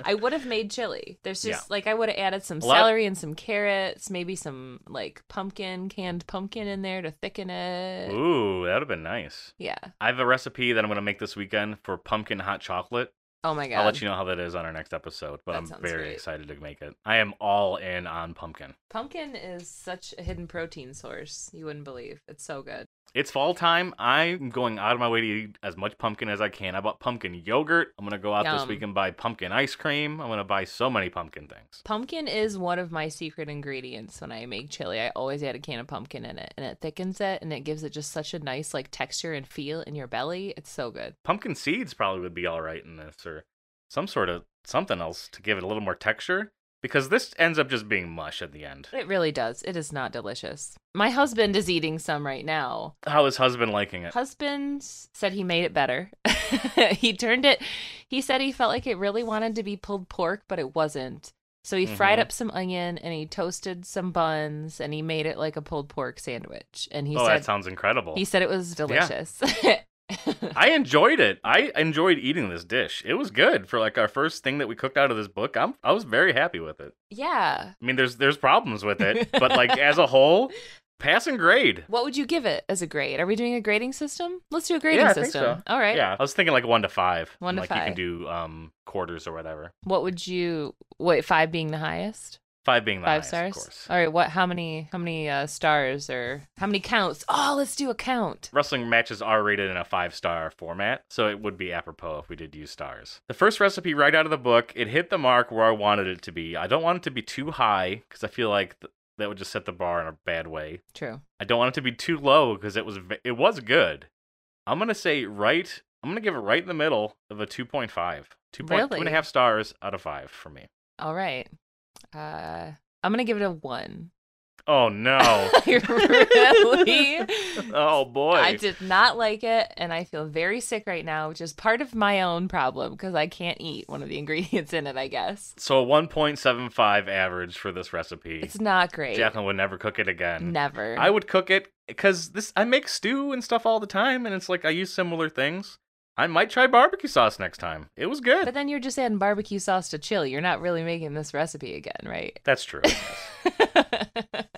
Speaker 3: I would have made chili. There's just
Speaker 1: Yeah.
Speaker 3: like I would have added some
Speaker 1: A lot-
Speaker 3: celery and some carrots, maybe some like pumpkin, canned pumpkin in there to thicken it.
Speaker 1: Ooh, that would have been nice.
Speaker 3: Yeah.
Speaker 1: I have a recipe that I'm going to make this weekend for pumpkin hot chocolate.
Speaker 3: Oh my god.
Speaker 1: I'll let you know how that is on our next episode, but
Speaker 3: That
Speaker 1: I'm
Speaker 3: sounds
Speaker 1: very
Speaker 3: great.
Speaker 1: excited to make it. I am all in on pumpkin.
Speaker 3: Pumpkin is such a hidden protein source. You wouldn't believe. It's so good.
Speaker 1: It's fall time. I'm going out of my way to eat as much pumpkin as I can. I bought pumpkin yogurt. I'm going to go out this
Speaker 3: Yum.
Speaker 1: week and buy pumpkin ice cream. I'm going to buy so many pumpkin things.
Speaker 3: Pumpkin is one of my secret ingredients when I make chili. I always add a can of pumpkin in it, and it thickens it, and it gives it just such a nice like texture and feel in your belly. It's so good.
Speaker 1: Pumpkin seeds probably would be all right in this or some sort of something else to give it a little more texture because this ends up just being mush at the end.
Speaker 3: It really does. It is not delicious. My husband is eating some right now.
Speaker 1: How is husband liking it?
Speaker 3: Husband said he made it better. he turned it, he said he felt like it really wanted to be pulled pork, but it wasn't. So he fried
Speaker 1: Mhm.
Speaker 3: up some onion and he toasted some buns and he made it like a pulled pork sandwich. And he
Speaker 1: oh,
Speaker 3: said
Speaker 1: that sounds incredible.
Speaker 3: he said it was delicious.
Speaker 1: I enjoyed it. I enjoyed eating this dish. It was good for like our first thing that we cooked out of this book. I'm I was very happy with it.
Speaker 3: yeah.
Speaker 1: I mean, there's there's problems with it, but like as a whole, passing grade.
Speaker 3: What would you give it as a grade? Are we doing a grading system? Let's do a grading
Speaker 1: I think
Speaker 3: system.
Speaker 1: so.
Speaker 3: All right.
Speaker 1: Yeah, I was thinking like one to five.
Speaker 3: One to
Speaker 1: like you
Speaker 3: five.
Speaker 1: can do um quarters or whatever.
Speaker 3: What would you wait, five being the highest?
Speaker 1: Five being the
Speaker 3: five
Speaker 1: highest,
Speaker 3: stars
Speaker 1: Of course.
Speaker 3: all right what how many how many uh, stars or how many counts oh let's do a count
Speaker 1: Wrestling matches are rated in a five star format, so it would be apropos if we did use stars. The first recipe right out of the book, it hit the mark where I wanted it to be. I don't want it to be too high because I feel like th- that would just set the bar in a bad way.
Speaker 3: True.
Speaker 1: I don't want it to be too low because it was v- it was good. I'm gonna say right. I'm gonna give it right in the middle of a 2.5, 2. Point, two and
Speaker 3: Really?
Speaker 1: a half stars out of five for me.
Speaker 3: All right. Uh, I'm gonna give it a one.
Speaker 1: Oh no!
Speaker 3: really?
Speaker 1: oh boy!
Speaker 3: I did not like it, and I feel very sick right now, which is part of my own problem because I can't eat one of the ingredients in it. I guess
Speaker 1: So a 1.75 average for this recipe.
Speaker 3: it's not great.
Speaker 1: Jacqueline would never cook it again.
Speaker 3: Never.
Speaker 1: I would cook it because this I make stew and stuff all the time, and it's like I use similar things. I might try barbecue sauce next time. It was good.
Speaker 3: but then you're just adding barbecue sauce to chili. You're not really making this recipe again, right?
Speaker 1: That's true.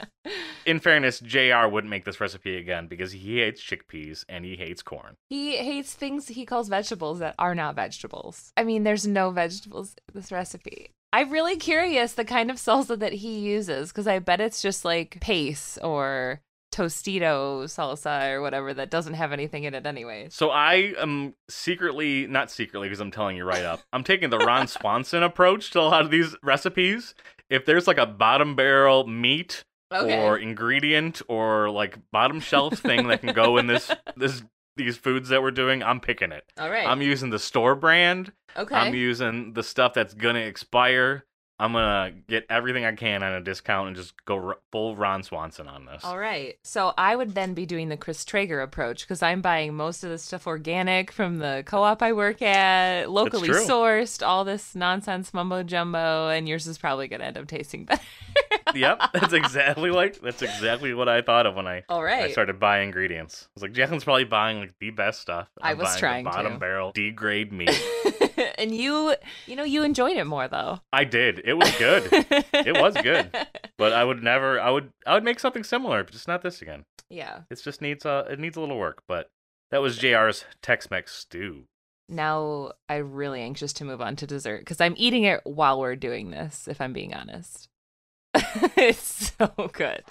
Speaker 1: In fairness, Jr. wouldn't make this recipe again because he hates chickpeas and he hates corn.
Speaker 3: he hates things he calls vegetables that are not vegetables. I mean, there's no vegetables in this recipe. I'm really curious the kind of salsa that he uses because I bet it's just like pace or tostito salsa or whatever that doesn't have anything in it, anyways.
Speaker 1: So I am secretly, not secretly, because I'm telling you right up, I'm taking the Ron Swanson approach to a lot of these recipes. If there's like a bottom barrel meat
Speaker 3: Okay.
Speaker 1: or ingredient or like bottom shelf thing that can go in this this these foods that we're doing, I'm picking it.
Speaker 3: All right.
Speaker 1: I'm using the store brand.
Speaker 3: okay.
Speaker 1: I'm using the stuff that's gonna expire. I'm gonna get everything I can on a discount and just go r- full Ron Swanson on this.
Speaker 3: All right. So I would then be doing the Chris Traeger approach because I'm buying most of the stuff organic from the co op I work at, locally
Speaker 1: true.
Speaker 3: sourced, all this nonsense mumbo jumbo, and yours is probably going to end up tasting better.
Speaker 1: yep, that's exactly like that's exactly what I thought of when I
Speaker 3: all
Speaker 1: I started buying ingredients. I was like, Jacqueline's probably buying like the best stuff.
Speaker 3: I was
Speaker 1: buying the
Speaker 3: trying
Speaker 1: bottom
Speaker 3: to.
Speaker 1: barrel D grade meat.
Speaker 3: and you, you know, you enjoyed it more though.
Speaker 1: I did. It was good. it was good. But I would never. I would. I would make something similar, but just not this again.
Speaker 3: Yeah.
Speaker 1: It just needs a. It needs a little work. But that was Jr's Tex-Mex stew.
Speaker 3: Now I'm really anxious to move on to dessert because I'm eating it while we're doing this, if I'm being honest. it's so good.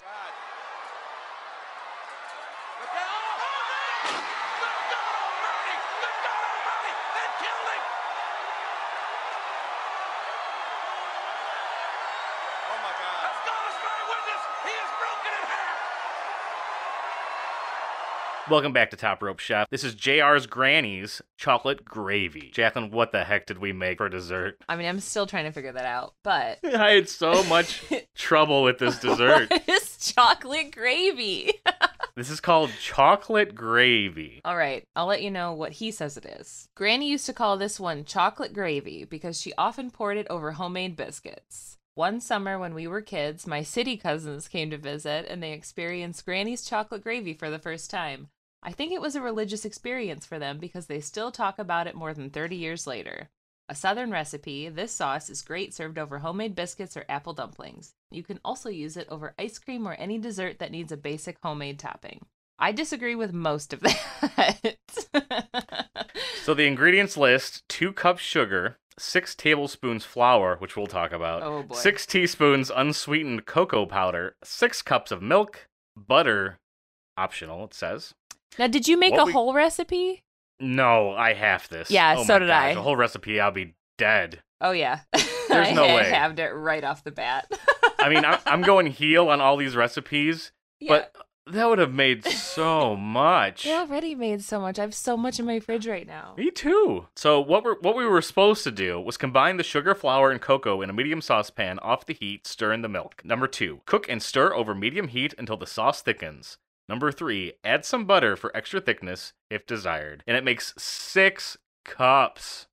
Speaker 6: Oh my God.
Speaker 1: Welcome back to Top Rope Chef. This is JR's Granny's chocolate gravy. Jacqueline, what the heck did we make for dessert?
Speaker 3: I mean, I'm still trying to figure that out, but
Speaker 1: I had so much trouble with this dessert.
Speaker 3: it's chocolate gravy.
Speaker 1: This is called chocolate gravy.
Speaker 3: All right, I'll let you know what he says it is. Granny used to call this one chocolate gravy because she often poured it over homemade biscuits. One summer when we were kids, my city cousins came to visit and they experienced Granny's chocolate gravy for the first time. I think it was a religious experience for them because they still talk about it more than 30 years later. A southern recipe, this sauce is great served over homemade biscuits or apple dumplings. You can also use it over ice cream or any dessert that needs a basic homemade topping. I disagree with most of that.
Speaker 1: So the ingredients list: two cups sugar, six tablespoons flour, which we'll talk about,
Speaker 3: Oh, boy.
Speaker 1: six teaspoons unsweetened cocoa powder, six cups of milk, butter, optional. It says.
Speaker 3: now, did you make
Speaker 1: What
Speaker 3: a
Speaker 1: we-
Speaker 3: whole recipe?
Speaker 1: No, I half this.
Speaker 3: Yeah,
Speaker 1: Oh
Speaker 3: so
Speaker 1: my
Speaker 3: did
Speaker 1: gosh,
Speaker 3: I.
Speaker 1: The whole recipe, I'll be dead.
Speaker 3: Oh yeah, I
Speaker 1: no
Speaker 3: ha-
Speaker 1: way.
Speaker 3: Halved it right off the bat.
Speaker 1: I mean, I'm, I'm going heel on all these recipes,
Speaker 3: yeah.
Speaker 1: but that would have made so much.
Speaker 3: they already made so much. I have so much in my fridge right now.
Speaker 1: Me too. So what we what we were supposed to do was combine the sugar, flour, and cocoa in a medium saucepan off the heat, stir in the milk. Number 2, cook and stir over medium heat until the sauce thickens. Number 3, add some butter for extra thickness if desired. And it makes 6 cups.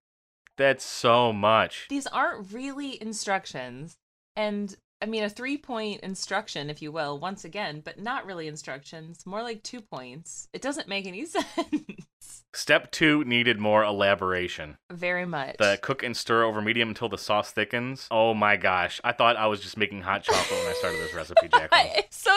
Speaker 1: That's so much.
Speaker 3: These aren't really instructions, and I mean a three-point instruction, if you will, once again, but not really instructions. More like two points. It doesn't make any sense.
Speaker 1: Step 2 needed more elaboration.
Speaker 3: Very much.
Speaker 1: The cook and stir over medium until the sauce thickens. Oh my gosh. I thought I was just making hot chocolate when I started this recipe, Jacqueline.
Speaker 3: I- so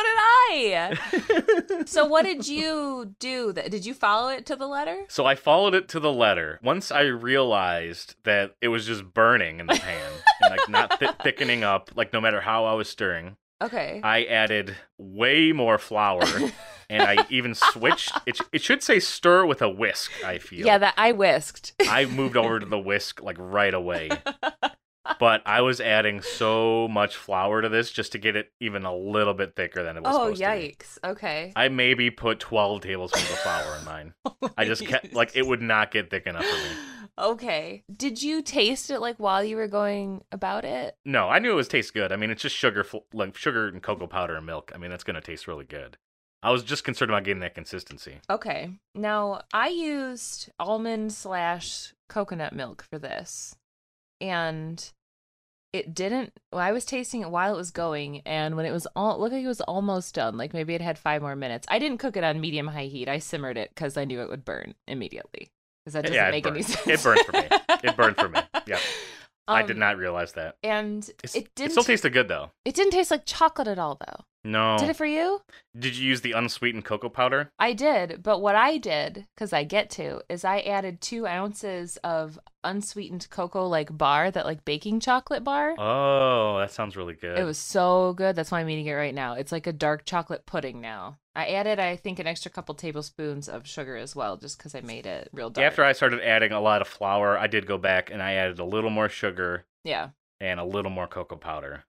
Speaker 3: did I. so what did you do? That did you follow it to the letter?
Speaker 1: So I followed it to the letter. Once I realized that it was just burning in the pan, and like not th- thickening up, like no matter how I was stirring,
Speaker 3: Okay.
Speaker 1: I added way more flour, and I even switched. It, sh- it should say stir with a whisk. I feel.
Speaker 3: yeah, that I whisked.
Speaker 1: I moved over to the whisk like right away. but I was adding so much flour to this just to get it even a little bit thicker than it was
Speaker 3: Oh
Speaker 1: supposed to be.
Speaker 3: yikes! Okay.
Speaker 1: I maybe put 12 tablespoons of flour in mine.
Speaker 3: Oh
Speaker 1: I just kept, like, it would not get thick enough for me.
Speaker 3: Okay. Did you taste it like while you were going about it?
Speaker 1: No, I knew it was taste good. I mean, it's just sugar, fl- like sugar and cocoa powder and milk. I mean, that's gonna taste really good. I was just concerned about getting that consistency.
Speaker 3: Okay. Now I used almond slash coconut milk for this, and it didn't. Well, I was tasting it while it was going, and when it was all it looked like it was almost done. Like maybe it had five more minutes. I didn't cook it on medium high heat. I simmered it because I knew it would burn immediately. Because that doesn't
Speaker 1: Uh, Yeah, it
Speaker 3: make any
Speaker 1: burned.
Speaker 3: sense.
Speaker 1: It burned for me. It burned for me. Yeah. I did
Speaker 3: Um,
Speaker 1: not realize that.
Speaker 3: And
Speaker 1: It's,
Speaker 3: it didn't.
Speaker 1: it still tasted good though.
Speaker 3: it didn't taste like chocolate at all, though.
Speaker 1: No.
Speaker 3: Did it for you?
Speaker 1: Did you use the unsweetened cocoa powder?
Speaker 3: I did, but what I did, because I get to, is I added two ounces of unsweetened cocoa like bar, that like baking chocolate bar.
Speaker 1: Oh, that sounds really good.
Speaker 3: It was so good. That's why I'm eating it right now. It's like a dark chocolate pudding now. I added, I think, an extra couple tablespoons of sugar as well, just because I made it real dark.
Speaker 1: After I started adding a lot of flour, I did go back and I added a little more sugar
Speaker 3: yeah.
Speaker 1: and a little more cocoa powder.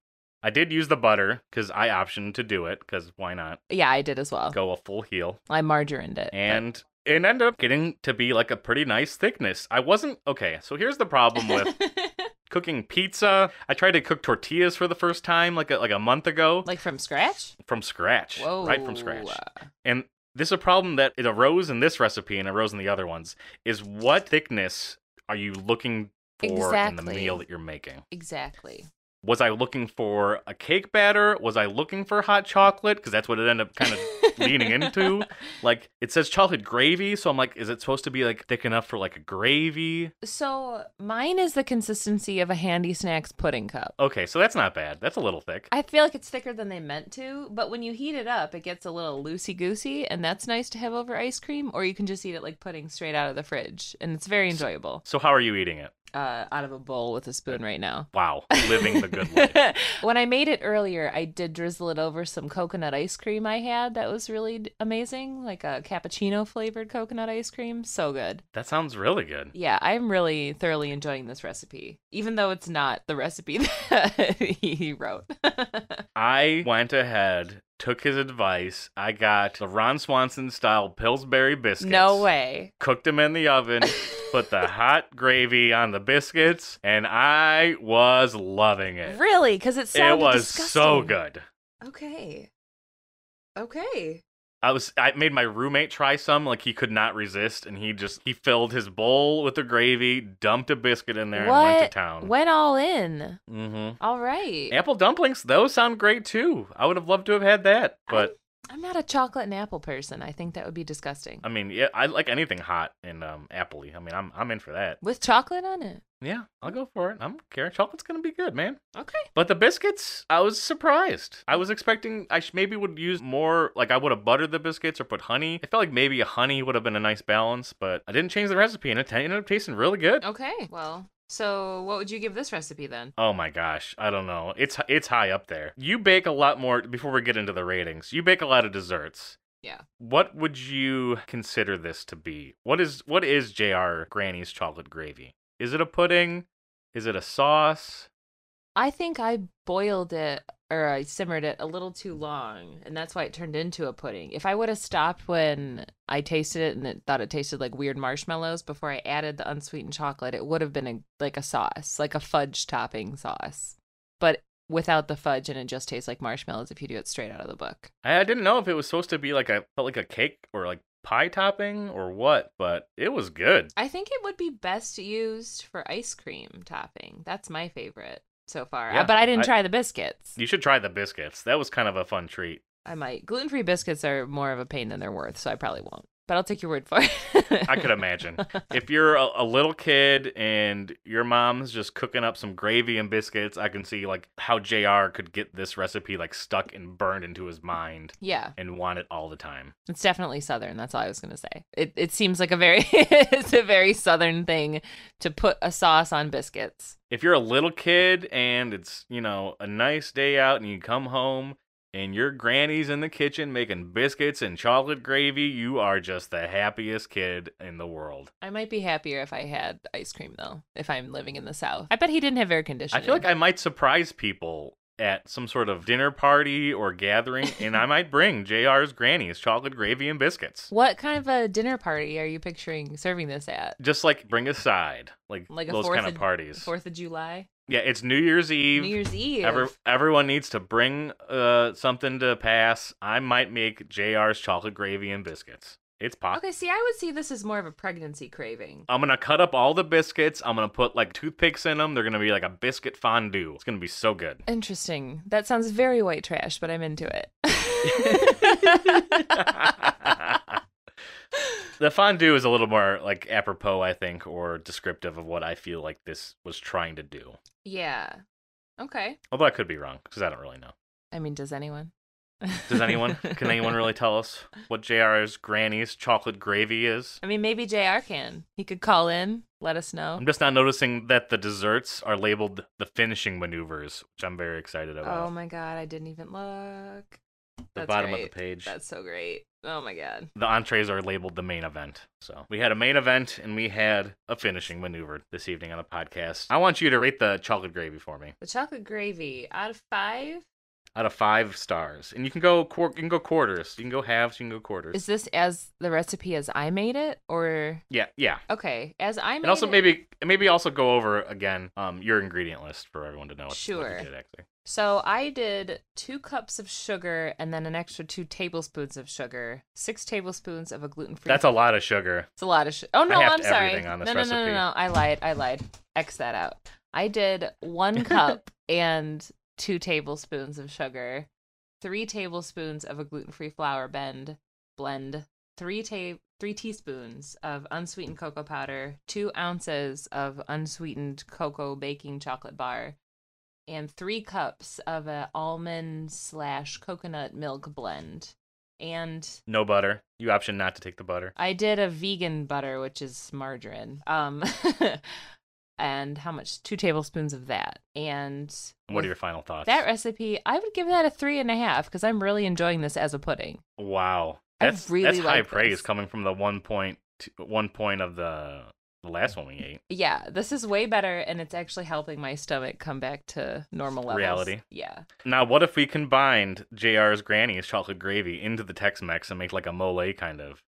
Speaker 1: I did use the butter because I optioned to do it because why not
Speaker 3: Yeah, I did as well.
Speaker 1: go a full heel.
Speaker 3: I margarined it. but-
Speaker 1: and it ended up getting to be like a pretty nice thickness. I wasn't okay. So here's the problem with cooking pizza. I tried to cook tortillas for the first time like a, like a month ago
Speaker 3: like from scratch?
Speaker 1: from scratch,
Speaker 3: Whoa.
Speaker 1: right from scratch.
Speaker 3: Uh,
Speaker 1: And this is a problem that it arose in this recipe and arose in the other ones is what thickness are you looking for in the
Speaker 3: Exactly.
Speaker 1: meal that you're making?
Speaker 3: Exactly.
Speaker 1: Was I looking for a cake batter? Was I looking for hot chocolate? Because that's what it ended up kind of leaning into. Like it says chocolate gravy, so I'm like, is it supposed to be like thick enough for like a gravy?
Speaker 3: So mine is the consistency of a handy snacks pudding cup.
Speaker 1: Okay, so that's not bad. That's a little thick.
Speaker 3: I feel like it's thicker than they meant to, but when you heat it up, it gets a little loosey goosey, and that's nice to have over ice cream, or you can just eat it like pudding straight out of the fridge, and it's very enjoyable.
Speaker 1: So how are you eating it?
Speaker 3: Uh, out of a bowl with a spoon right now.
Speaker 1: Wow, living the good life.
Speaker 3: when I made it earlier, I did drizzle it over some coconut ice cream I had that was really d- amazing, like a cappuccino flavored coconut ice cream. So good.
Speaker 1: That sounds really good.
Speaker 3: Yeah, I'm really thoroughly enjoying this recipe, even though it's not the recipe that he wrote.
Speaker 1: I went ahead, took his advice. I got the Ron Swanson style Pillsbury biscuits.
Speaker 3: no way.
Speaker 1: Cooked them in the oven, put the hot gravy on the biscuits, and I was loving it.
Speaker 3: Really? Because it
Speaker 1: it
Speaker 3: sounded
Speaker 1: was so
Speaker 3: disgusting.
Speaker 1: good.
Speaker 3: Okay. Okay.
Speaker 1: I was I made my roommate try some like he could not resist and he just he filled his bowl with the gravy, dumped a biscuit in there and went to town.
Speaker 3: Went all in.
Speaker 1: Mhm.
Speaker 3: All right.
Speaker 1: Apple dumplings, those sound great too. I would have loved to have had that, but
Speaker 3: I'm not a chocolate and apple person. I think that would be disgusting.
Speaker 1: i mean, yeah, I like anything hot and um appley. I mean, I'm I'm in for that.
Speaker 3: With chocolate on it.
Speaker 1: Yeah, I'll go for it. I don't care. Chocolate's gonna be good, man.
Speaker 3: Okay.
Speaker 1: But the biscuits, I was surprised. I was expecting I sh- maybe would use more, like I would have buttered the biscuits or put honey. I felt like maybe a honey would have been a nice balance, but I didn't change the recipe and it t- ended up tasting really good.
Speaker 3: Okay. Well, so what would you give this recipe then?
Speaker 1: Oh my gosh, I don't know. It's it's high up there. You bake a lot more before we get into the ratings. You bake a lot of desserts.
Speaker 3: Yeah.
Speaker 1: What would you consider this to be? What is what is JR Granny's chocolate gravy? Is it a pudding? Is it a sauce?
Speaker 3: I think I boiled it or I simmered it a little too long, and that's why it turned into a pudding. If I would have stopped when I tasted it and it thought it tasted like weird marshmallows before I added the unsweetened chocolate, it would have been a, like a sauce, like a fudge topping sauce, but without the fudge, and it just tastes like marshmallows if you do it straight out of the book.
Speaker 1: I I didn't know if it was supposed to be like a felt like a cake or like pie topping or what, but it was good.
Speaker 3: I think it would be best used for ice cream topping. That's my favorite so far.
Speaker 1: Yeah,
Speaker 3: but I didn't
Speaker 1: I-
Speaker 3: try the biscuits.
Speaker 1: You should try the biscuits. That was kind of a fun treat.
Speaker 3: I might. Gluten free biscuits are more of a pain than they're worth, so I probably won't. But I'll take your word for it.
Speaker 1: I could imagine. if you're a, a little kid and your mom's just cooking up some gravy and biscuits, I can see like how JR could get this recipe like stuck and burned into his mind
Speaker 3: yeah,
Speaker 1: and want it all the time.
Speaker 3: it's definitely southern. That's all I was gonna say. It it seems like a very it's a very southern thing to put a sauce on biscuits.
Speaker 1: If you're a little kid and it's, you know, a nice day out and you come home and your granny's in the kitchen making biscuits and chocolate gravy, you are just the happiest kid in the world.
Speaker 3: I might be happier if I had ice cream though, if I'm living in the South. I bet he didn't have air
Speaker 1: I
Speaker 3: conditioning.
Speaker 1: feel like I might surprise people at some sort of dinner party or gathering, and I might bring JR's granny's chocolate gravy and biscuits.
Speaker 3: What kind of a dinner party are you picturing serving this at?
Speaker 1: Just like bring a side, like,
Speaker 3: Like a
Speaker 1: those
Speaker 3: fourth
Speaker 1: kind of
Speaker 3: of-
Speaker 1: parties.
Speaker 3: Fourth of July?
Speaker 1: Yeah, it's New Year's Eve.
Speaker 3: New Year's Eve.
Speaker 1: Every, everyone needs to bring uh, something to pass. I might make JR's chocolate gravy and biscuits. It's possible.
Speaker 3: Okay, see, I would see this as more of a pregnancy craving.
Speaker 1: I'm gonna cut up all the biscuits. I'm gonna put like toothpicks in them. They're gonna be like a biscuit fondue. It's gonna be so good.
Speaker 3: Interesting. That sounds very white trash, but I'm into it.
Speaker 1: the fondue is a little more like apropos, I think, or descriptive of what I feel like this was trying to do.
Speaker 3: yeah. Okay.
Speaker 1: Although I could be wrong because I don't really know.
Speaker 3: I mean, does anyone?
Speaker 1: Does anyone? can anyone really tell us what JR's granny's chocolate gravy is?
Speaker 3: I mean, maybe JR can. He could call in, let us know.
Speaker 1: I'm just not noticing that the desserts are labeled the finishing maneuvers, which I'm very excited about.
Speaker 3: Oh my god, I didn't even look.
Speaker 1: the
Speaker 3: That's
Speaker 1: bottom of
Speaker 3: great.
Speaker 1: the page.
Speaker 3: That's so great. Oh my god.
Speaker 1: the entrees are labeled the main event. So we had a main event and we had a finishing maneuver this evening on the podcast. I want you to rate the chocolate gravy for me
Speaker 3: The chocolate gravy out of five.
Speaker 1: out of five stars, and you can go quar- you can go quarters, you can go halves, you can go quarters.
Speaker 3: Is this as the recipe as I made it, or
Speaker 1: yeah, yeah.
Speaker 3: okay, as I made
Speaker 1: And also
Speaker 3: it?
Speaker 1: maybe maybe also go over again um your ingredient list for everyone to know. what- what you
Speaker 3: Sure.
Speaker 1: did, actually.
Speaker 3: So I did two cups of sugar and then an extra two tablespoons of sugar, six tablespoons of a gluten free.
Speaker 1: That's a lot of sugar.
Speaker 3: It's a lot of sugar. Oh no,
Speaker 1: halved
Speaker 3: I'm sorry.
Speaker 1: everything on this
Speaker 3: no, no, no, no,
Speaker 1: recipe.
Speaker 3: no. I lied. I lied. X that out. I did one cup and two tablespoons of sugar, three tablespoons of a gluten-free flour bend blend, three ta- three teaspoons of unsweetened cocoa powder, two ounces of unsweetened cocoa baking chocolate bar, and three cups of a almond slash coconut milk blend, and
Speaker 1: No butter. You option not to take the butter.
Speaker 3: I did a vegan butter, which is margarine. Um, and how much? Two tablespoons of that. And
Speaker 1: What are your final thoughts?
Speaker 3: that recipe? I would give that a three and a half because I'm really enjoying this as a pudding.
Speaker 1: Wow.
Speaker 3: I
Speaker 1: That's
Speaker 3: really
Speaker 1: that's high
Speaker 3: like
Speaker 1: praise
Speaker 3: this.
Speaker 1: coming from the one point one point of the the last one we ate.
Speaker 3: Yeah, this is way better, and it's actually helping my stomach come back to normal levels.
Speaker 1: Reality.
Speaker 3: Yeah.
Speaker 1: Now, what if we combined JR's granny's chocolate gravy into the Tex Mex and make like a mole kind of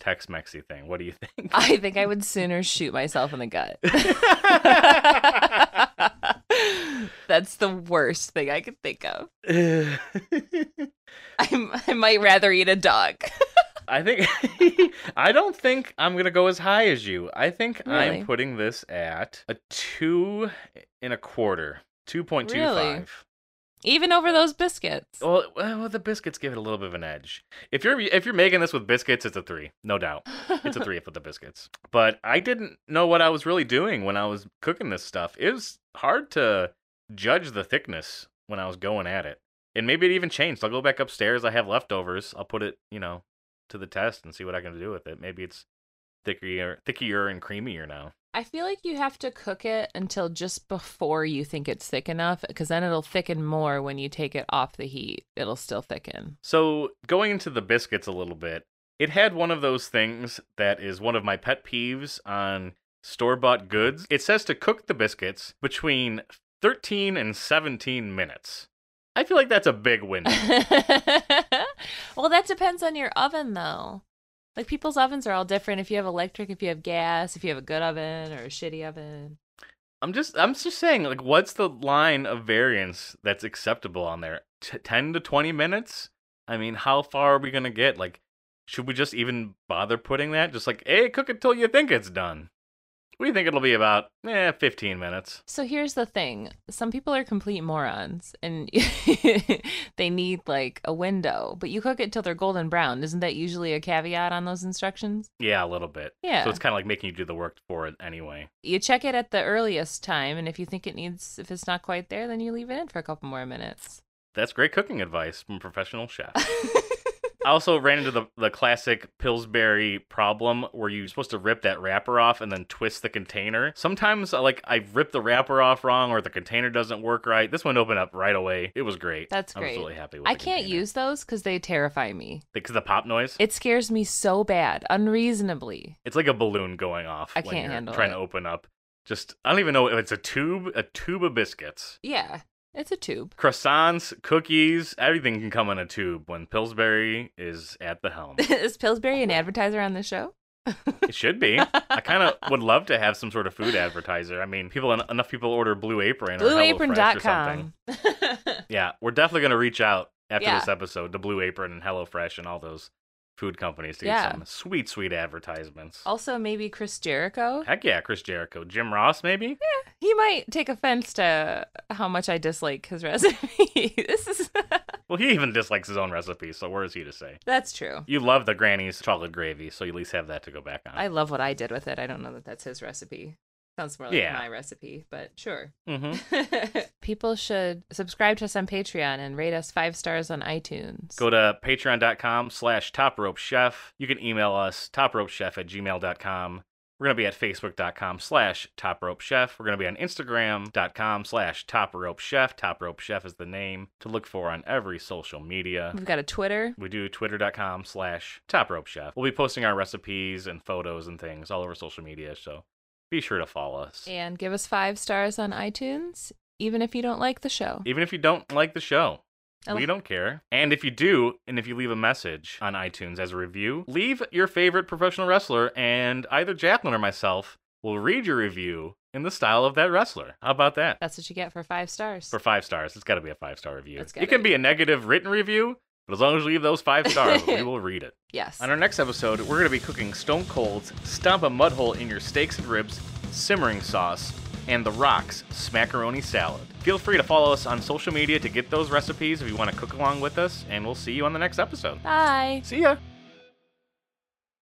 Speaker 1: Tex Mexy thing? What do you think?
Speaker 3: I think I would sooner shoot myself in the gut. That's the worst thing I could think of. I'm, I might rather eat a dog.
Speaker 1: I think I don't think I'm gonna go as high as you. I think
Speaker 3: Really?
Speaker 1: I'm putting this at a two and a quarter. Two point two
Speaker 3: Really?
Speaker 1: five.
Speaker 3: Even over those biscuits.
Speaker 1: Well, well, the biscuits give it a little bit of an edge. If you're if you're making this with biscuits, it's a three, no doubt. It's a three with the biscuits. But I didn't know what I was really doing when I was cooking this stuff. It was hard to judge the thickness when I was going at it, and maybe it even changed. I'll go back upstairs. I have leftovers. I'll put it, you know, to the test and see what I can do with it. Maybe it's thicker, thickier, and creamier now.
Speaker 3: I feel like you have to cook it until just before you think it's thick enough, because then it'll thicken more when you take it off the heat. It'll still thicken.
Speaker 1: So, going into the biscuits a little bit, it had one of those things that is one of my pet peeves on store bought goods. It says to cook the biscuits between 13 and 17 minutes. I feel like that's a big window.
Speaker 3: well, that depends on your oven, though. Like people's ovens are all different. If you have electric, if you have gas, if you have a good oven or a shitty oven.
Speaker 1: I'm just I'm just saying like what's the line of variance that's acceptable on there? T- 10 to 20 minutes? I mean, how far are we going to get? Like should we just even bother putting that? Just like, "Hey, cook it till you think it's done." We think it'll be about eh, 15 minutes.
Speaker 3: So here's the thing some people are complete morons and they need like a window, but you cook it till they're golden brown. Isn't that usually a caveat on those instructions?
Speaker 1: Yeah, a little bit.
Speaker 3: Yeah.
Speaker 1: So it's kind of like making you do the work for it anyway.
Speaker 3: you check it at the earliest time and if you think it needs if it's not quite there then you leave it in for a couple more minutes
Speaker 1: That's great cooking advice from a professional chef. I also ran into the, the classic Pillsbury problem where you're supposed to rip that wrapper off and then twist the container. Sometimes, uh, like, I ripped the wrapper off wrong or the container doesn't work right. This one opened up right away. It was great.
Speaker 3: That's
Speaker 1: I
Speaker 3: great.
Speaker 1: was really happy with
Speaker 3: I can't use those because they terrify me.
Speaker 1: Because the pop noise,
Speaker 3: It scares me so bad, unreasonably.
Speaker 1: it's like a balloon going off
Speaker 3: I
Speaker 1: when
Speaker 3: can't
Speaker 1: you're
Speaker 3: handle
Speaker 1: trying
Speaker 3: it.
Speaker 1: to open up. Just, I don't even know if it's a tube, a tube of biscuits.
Speaker 3: Yeah, it's a tube.
Speaker 1: Croissants, cookies, everything can come in a tube when Pillsbury is at the helm.
Speaker 3: Is Pillsbury an advertiser on the show?
Speaker 1: It should be. I kind of would love to have some sort of food advertiser. I mean, people en- enough people order Blue Apron or HelloFresh or something.
Speaker 3: BlueApron.com.
Speaker 1: Yeah, we're definitely gonna reach out after
Speaker 3: Yeah.
Speaker 1: this episode to Blue Apron and HelloFresh and all those food companies to
Speaker 3: Yeah.
Speaker 1: get some sweet, sweet advertisements.
Speaker 3: also, maybe Chris Jericho.
Speaker 1: Heck yeah, Chris Jericho, Jim Ross, maybe.
Speaker 3: He might take offense to how much I dislike his recipe. this is
Speaker 1: Well, he even dislikes his own recipes, so where is he to say?
Speaker 3: that's true.
Speaker 1: You love the granny's chocolate gravy, so you at least have that to go back on.
Speaker 3: I love what I did with it. I don't know that that's his recipe. Sounds more like
Speaker 1: Yeah.
Speaker 3: my recipe, but sure.
Speaker 1: hmm
Speaker 3: People should subscribe to us on Patreon and rate us five stars on iTunes.
Speaker 1: Go to patreon.com slash topropechef. You can email us, topropechef at gmail.com. We're going to be at facebook.com slash topropechef. We're going to be on instagram.com slash topropechef. Topropechef is the name to look for on every social media.
Speaker 3: We've got a Twitter.
Speaker 1: We do twitter.com slash topropechef. We'll be posting our recipes and photos and things all over social media, so be sure to follow us.
Speaker 3: and give us five stars on iTunes, even if you don't like the show.
Speaker 1: Even if you don't like the show,
Speaker 3: Oh.
Speaker 1: we don't care. And if you do, and if you leave a message on iTunes as a review, leave your favorite professional wrestler, and either Jacqueline or myself will read your review in the style of that wrestler. How about that?
Speaker 3: That's what you get for five stars.
Speaker 1: For five stars, it's got to be a five star review.
Speaker 3: It's gotta
Speaker 1: It can be a negative written review, but as long as you leave those five stars, we will read it.
Speaker 3: yes.
Speaker 1: On our next episode, we're going to be cooking Stone Cold's Stomp a Mud Hole in Your Steaks and Ribs Simmering Sauce and The Rock's Smackaroni Salad. Feel free to follow us on social media to get those recipes if you want to cook along with us, and we'll see you on the next episode.
Speaker 3: Bye.
Speaker 1: See ya!